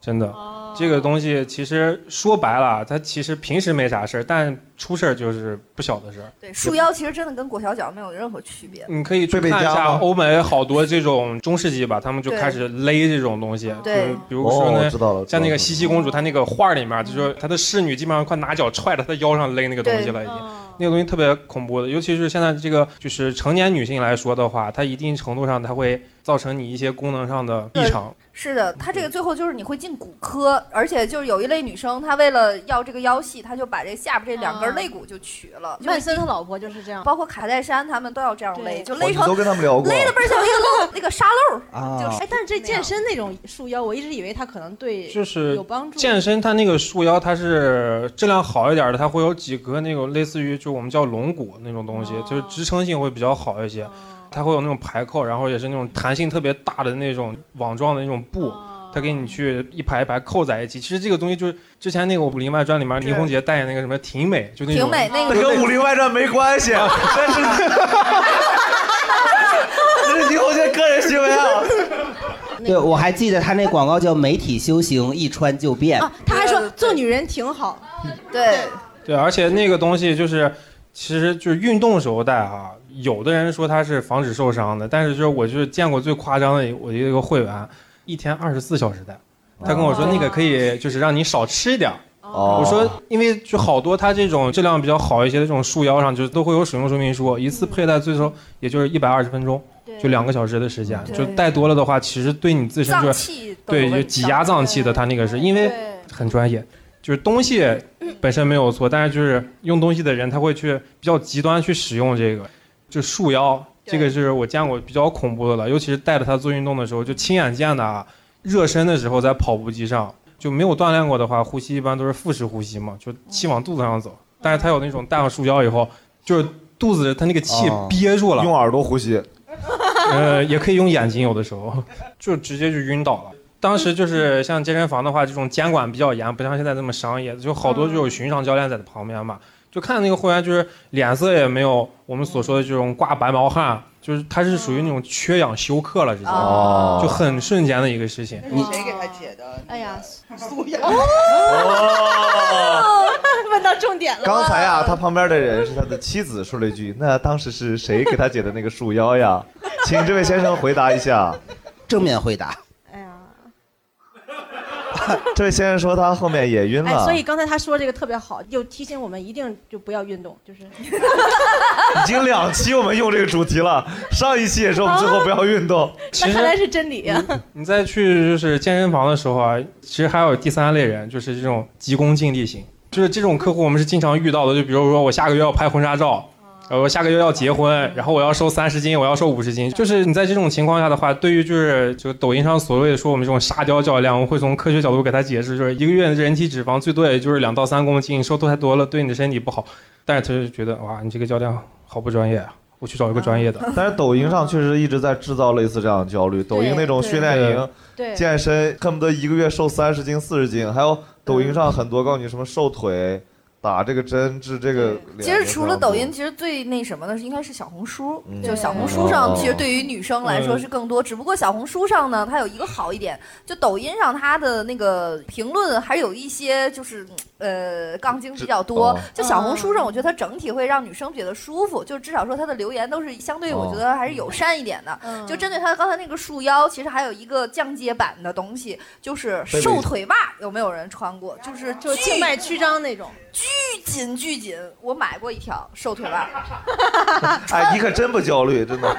真的。这个东西其实说白了啊，它其实平时没啥事儿，但出事儿就是不小的事儿。
对，束腰其实真的跟裹小脚没有任何区别。
你可以去
贝贝
看一
家
下
吗
欧美好多这种中世纪吧，他们就
对
开始勒这种东西，
对
就是比如说
哦
呢，
我知道了
像那个茜茜公主，她那个画里面，啊
嗯
就是她的侍女基本上快拿脚踹着她的腰上勒那个东西了，已经，
嗯
那个东西特别恐怖的，尤其是现在这个就是成年女性来说的话，她一定程度上她会造成你一些功能上的异常。
是的，她这个最后就是你会进骨科，而且就是有一类女生，她为了要这个腰细，她就把这下巴这两
啊
根肋骨就取了。就是
曼森他老婆就是这样，
包括卡戴珊他们都要这样勒，就
我
勒
们
成
都跟他们聊过
勒的倍儿像一个 漏那个沙漏。
啊
哎，但是这健身那种束腰，我一直以为它可能对
就是
有帮助。
健 身它那个束腰，它是质量好一点的，它会有几个那种类似于就我们叫龙骨那种东西，就是支撑性会比较好一些。它会有那种排扣，然后也是那种弹性特别大的那种网状的那种布，它给你去一排一排扣在一起。其实这个东西就是之前那个《武林外传》里面
对
倪虹洁代言那个什么婷美，就那种
挺美那个，
跟《武林外传》没关 系，
啊
但是这是倪虹洁个人行为 啊。
对，我还记得他那广告叫“媒体修行，一穿就
哦
变
啊，他还说做女人挺好，
对，
对，而且那个东西就是，其实就是运动时候戴啊。有的人说它是防止受伤的，但是就是我就是见过最夸张的，我一个会员一天二十四小时戴，他跟我
哦
说那
哦
个可以就是让你少吃一点儿。我说，因为就好多它这种质量比较好一些的这种束腰上，就是都会有使用说明书，一次佩戴最多也就是一百二十分钟，就两个小时的时间，
对
就戴多了的话，其实对你自身就
脏
是
器都有
对
问
就
题
挤压脏器的，它那个是因为很专业，就是东西本身没有错，但是就是用东西的人他会去比较极端去使用这个，就束腰，这个是我见过比较恐怖的了，尤其是带着它做运动的时候，就亲眼见的啊，热身的时候在跑步机上就没有锻炼过的话，呼吸一般都是腹式呼吸嘛，就气往肚子上走，但是它有那种戴上束腰以后，就是肚子它那个气
啊
憋住了，
用耳朵呼吸，
呃，也可以用眼睛，有的时候就直接就晕倒了。当时就是像健身房的话，这种监管比较严，不像现在这么商业，就好多就有巡场教练在旁边嘛，就看那个会员就是脸色也没有我们所说的这种挂白毛汗，就是他是属于那种缺氧休克了，直接
哦
就很瞬间的一个事情。
你谁给他解的？哎 呀， 素雅。
哦
哦
问到重点了。
刚才啊，他旁边的人是他的妻子，说了一句：“那当时是谁给他解的那个束腰呀？”请这位先生回答一下，
正面回答。
这位先生说他后面也晕
哎，
了，
所以刚才他说这个特别好，就提醒我们一定就不要运动，就是
已经两期我们用这个主题了，上一期也是我们最后不要运 动。
那看来是真理啊呀、
你再去就是健身房的时候啊，其实还有第三类人，就是这种急功近利型，就是这种客户我们是经常遇到的。就比如说我下个月要拍婚纱照，呃，我下个月要结婚，然后我要瘦三十斤，我要瘦五十斤。就是你在这种情况下的话，对于就是就抖音上所谓的说我们这种沙雕教练，我们会从科学角度给他解释，就是一个月的人体脂肪最多也就是两到三公斤，瘦太多了对你的身体不好。但是他就觉得哇，你这个教练好 不专业啊，我去找一个专业的。
嗯
但是抖音上确实一直在制造类似这样的焦虑，抖音那种训练营、
对
健身，恨不得一个月瘦三十斤、四十斤，还有抖
嗯
音上很多告诉你什么瘦腿、打这个针、治这个脸。
其实除了抖音，其实最那什么的是应该是小红书，
嗯
就小红书上
哦
其实对于女生来说是更多。只不过小红书上呢，它有一个好一点，就抖音上它的那个评论还有一些就是呃杠精比较多
哦。
就小红书上，我觉得它整体会让女生觉得舒服，就至少说它的留言都是相对
哦
我觉得还是友善一点的。就针对它刚才那个束腰，其实还有一个降阶版的东西，就是
被围
瘦腿袜，有没有人穿过？就是
就
巨
静脉曲张那种。
巨紧巨紧，我买过一条瘦腿袜，
哎，你可真不焦虑，真的。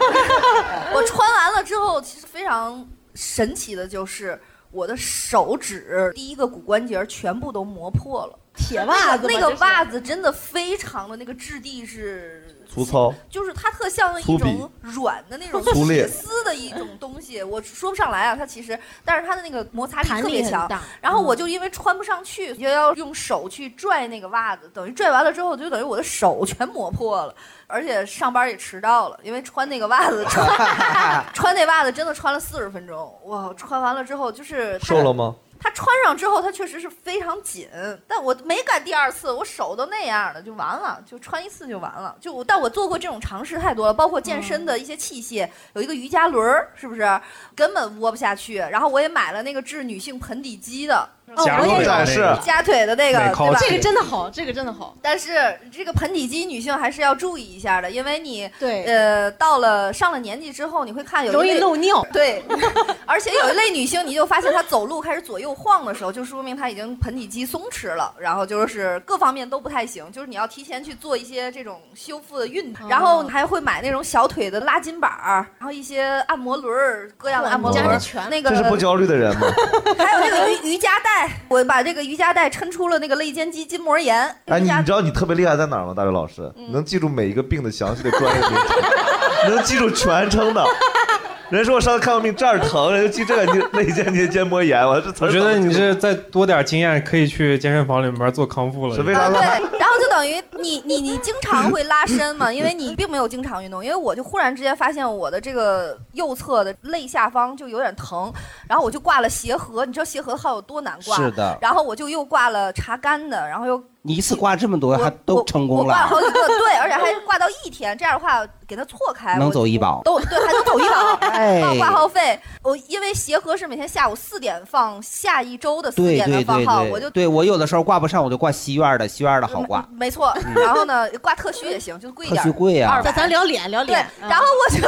我穿完了之后，其实非常神奇的就是我的手指第一个骨关节全部都磨破了，
铁袜子吗
那个
这是
袜子真的非常的那个质地是。
粗 糙，
就是它特像一
粗鄙
种软的那种
粗劣
铁丝的一种东西，我说不上来啊。它其实，但是它的那个摩擦力
弹
特别
力很
强
大。
然后我就因为穿不上
嗯
去，就要用手去拽那个袜子，等于拽完了之后，就等于我的手全磨破了。而且上班也迟到了，因为穿那个袜子穿 穿那袜子真的穿了四十分钟。哇，穿完了之后就是它
瘦了吗？
它穿上之后，它确实是非常紧，但我没敢第二次，我手都那样了，就完了，就穿一次就完了。就我，但我做过这种尝试太多了，包括健身的一些器械，有一个瑜伽轮儿，是不是根本窝不下去？然后我也买了那个治女性盆底肌的，哦，
夹
我
腿
也
的那个
有夹腿的那个，
美
对
靠
吧？
腿这个真
的好，这个真的好。但是这个盆底肌女性还是要注意一下的，因为你对呃到了上了年纪之后，你会看有一
容易
类
漏尿，
对， 而且有一类女性，你就发现她走路开始左右晃的时候，就说明她已经盆底肌松弛了，然后就是各方面都不太行，就是你要提前去做一些这种修复的运动，然
哦
后你还会买那种小腿的拉筋板儿，然后一些按摩轮儿，各样的按摩轮
哇
儿
你家，
那个
这是不焦虑的人吗？
还有那个瑜瑜伽带，我把这个瑜伽带抻出了那个肋间肌筋膜炎。
哎，你你知道你特别厉害在哪儿吗，大刘老师？能记住每一个病的详细的专业名称， 能记住全称的。人说我上次看过病，这儿疼，人家记这个，你肋间肌筋膜炎，我这词
我
儿
觉得你这再多点经验，可以去健身房里面做康复了。
是为啥
对，然后就等于你你你经常会拉伸 嘛，因为你并没有经常运动。因为我就忽然之间发现我的这个右侧的肋下方就有点疼，然后我就挂了鞋盒，你知道鞋盒号有多难挂？
是的
然后我就又挂了茶杆的，然后又
你一次挂这么多，还都成
我
功
挂了
了，
好几个， 对，而且还挂到一天。这样的话给它错开，
能
我
走医保。
都对，还能走医保，
哎
报挂号费。我因为协和是每天下午四点放，下一周的四
对
点的
对
放
对
号，
对，
我就
对我有的时候挂不上，我就挂西院的，西院的好挂。
没错。然后呢，挂特需也行，就是贵一点儿，
嗯特需贵啊呀
200
咱
咱聊脸嗯聊脸
对，然后我就，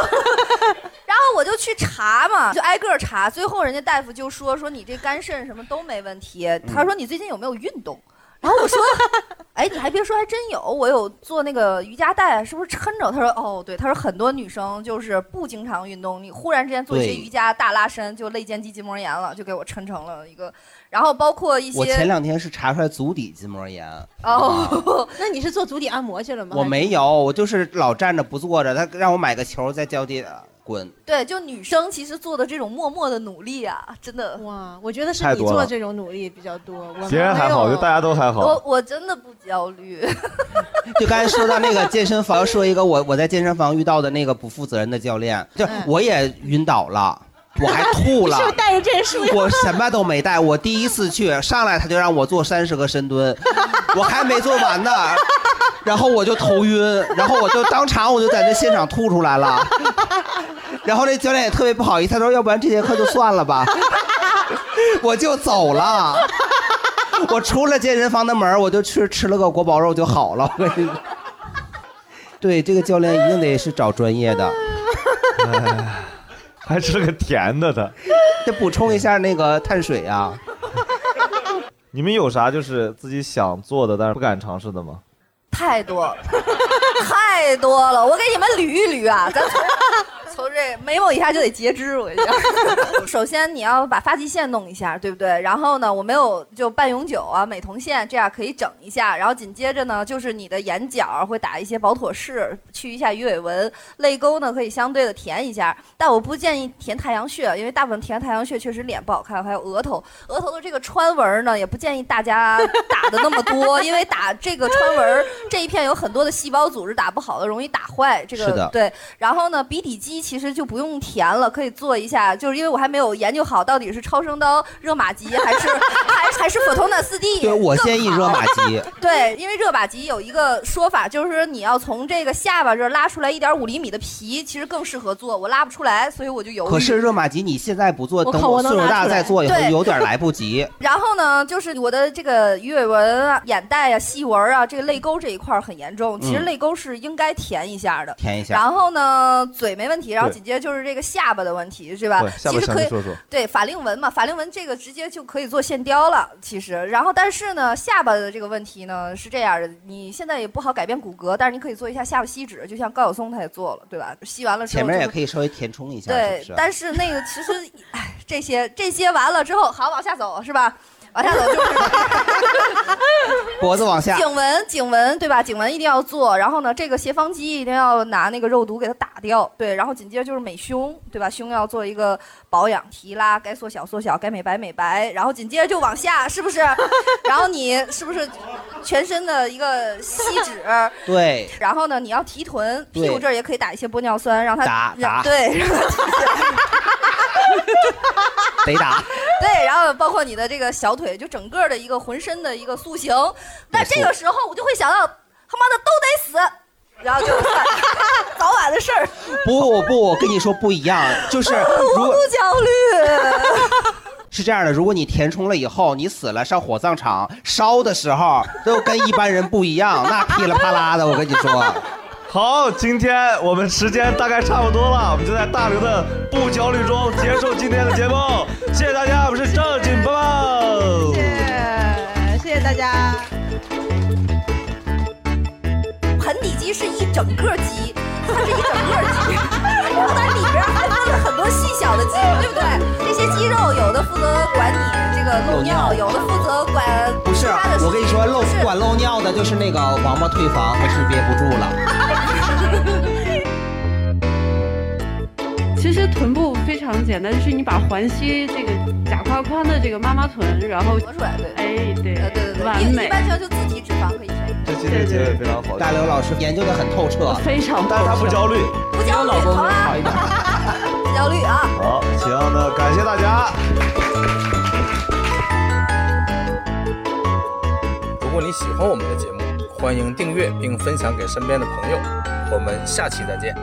然后我就去查嘛，就挨个儿查。最后人家大夫就说说你这肝肾什么都没问题，
嗯
他说你最近有没有运动？然后我说， 哎，你还别说，还真有。我有做那个瑜伽带，是不是抻着？他说，哦，对，他说很多女生就是不经常运动，你忽然之间做一些
对
瑜伽大拉伸，就肋间肌筋膜炎了，就给我抻成了一个。然后包括一些，
我前两天是查出来足底筋膜炎，
哦，
那你是做足底按摩去了吗？
我没有，我就是老站着不坐着，他让我买个球在脚底下滚。
对，就女生其实做的这种默默的努力啊，真的
哇，我觉得
是太你多做了
这种努力比较多，我
别人还好，就大家都还好。
我我真的不焦虑，
就刚才说到那个健身房，说一个我我在健身房遇到的那个不负责任的教练，就
嗯
我也晕倒了，我还吐了
你是不是。带着哎这数？
我什么都没带，我第一次去上来他就让我做三十个深蹲，我还没做完呢，然后我就头晕，然后我就当场我就在那现场吐出来了，然后那教练也特别不好意思，他说要不然这节课就算了吧，我就走了，我出了健身房的门儿我就去吃了个锅包肉就好了， 我跟你说，对这个教练一定得是找专业的。
哎还吃了个甜的的。
得补充一下那个碳水啊。
你们有啥就是自己想做的，但是不敢尝试的吗？
太多 了，太多了，我给你们捋一捋啊，咱从从这眉毛以下就得截肢，我跟你讲。首先你要把发际线弄一下，对不对？然后呢，我没有就半永久啊、美瞳线这样可以整一下，然后紧接着呢就是你的眼角会打一些保妥适，去一下鱼尾纹，泪沟呢可以相对的填一下，但我不建议填太阳穴，因为大部分填太阳穴确实脸不好看，还有额头，额头的这个穿纹儿呢也不建议大家打的那么多，因为打这个穿纹儿这一片有很多的细胞组织打不好的，容易打坏这个
是的
对。然后呢，鼻底肌其实就不用填了，可以做一下，就是因为我还没有研究好到底是超声刀热玛吉还是还还是普通的四 D。
对，我建议热玛吉。
对，因为热玛吉有一个说法，就是说你要从这个下巴这儿拉出来一点五厘米的皮，其实更适合做。我拉不出来，所以我就犹豫。
可是热玛吉你现在不做，
我
等
靠我能
岁数
拿
大
出来
再做以后
对
有点来 不及。
然后呢，就是我的这个鱼尾纹啊、眼袋啊、细纹啊，这个泪沟这一块儿很严重。其实
嗯
泪沟是应该填一下的，
填一下
然后呢，嘴没问题，然后
对
紧接着就是这个下巴的问题，是吧
对？下巴
其实
详
可
细
以
说说
对法令纹嘛，法令纹这个直接就可以做线雕了，其实。然后但是呢，下巴的这个问题呢是这样的，你现在也不好改变骨骼，但是你可以做一下下巴吸脂，就像高晓松他也做了，对吧？吸完了之后
前面
就
也
会
可以稍微填充一下，
对，
是不是？
但是那个其实，哎，这些这些完了之后，好往下走是吧？往下走 就是
脖子往下，
颈纹，颈纹对吧？颈纹一定要做，然后呢，这个斜方肌一定要拿那个肉毒给它打掉，对，然后紧接着就是美胸，对吧？胸要做一个保养提拉，该缩小缩小，该美白美白，然后紧接着就往下，是不 是？然后你是不是全身的一个吸脂？
对，
然后呢，你要提臀，屁股
对
这儿也可以打一些玻尿酸，让它
打
让
打
对，让它
得打。
对，然后包括你的这个小腿，就整个的一个浑身的一个塑形。那这个时候我就会想到，他妈的都得死，然后就早晚的事儿，
不不，我跟你说不一样，就是
我
如
不
果
焦虑。
是这样的，如果你填充了以后，你死了上火葬场烧的时候，都跟一般人不 一样，那噼里啪啦的，我跟你说。
好，今天我们时间大概差不多了，我们就在大刘的不焦虑中结束今天的节目，谢谢大家，我们是正经爸爸。
呃，谢谢大家。
盆底肌是一整个肌，它是一整个肌，然后它里边还分了很多细小的肌，对不对？这些肌肉有的负责管你这个漏尿，有的负责管
不是，啊我跟你说，漏管漏尿的就是那个王八退房，可是憋不住了。
其实臀部非常简单，就是你把环膝这个假胯宽的这个妈妈臀，然后
磨出来，对，呃
哎，对，对
对对
完
一
美。
般要求自体脂肪可以筛。
这期的结尾非常好，
大刘老师研究的很透彻，
非常
但是他不焦虑。
不焦虑，好吧？ 不焦虑啊！
好，行，那感谢大家。
如果你喜欢我们的节目，欢迎订阅并分享给身边的朋友。我们下期再见。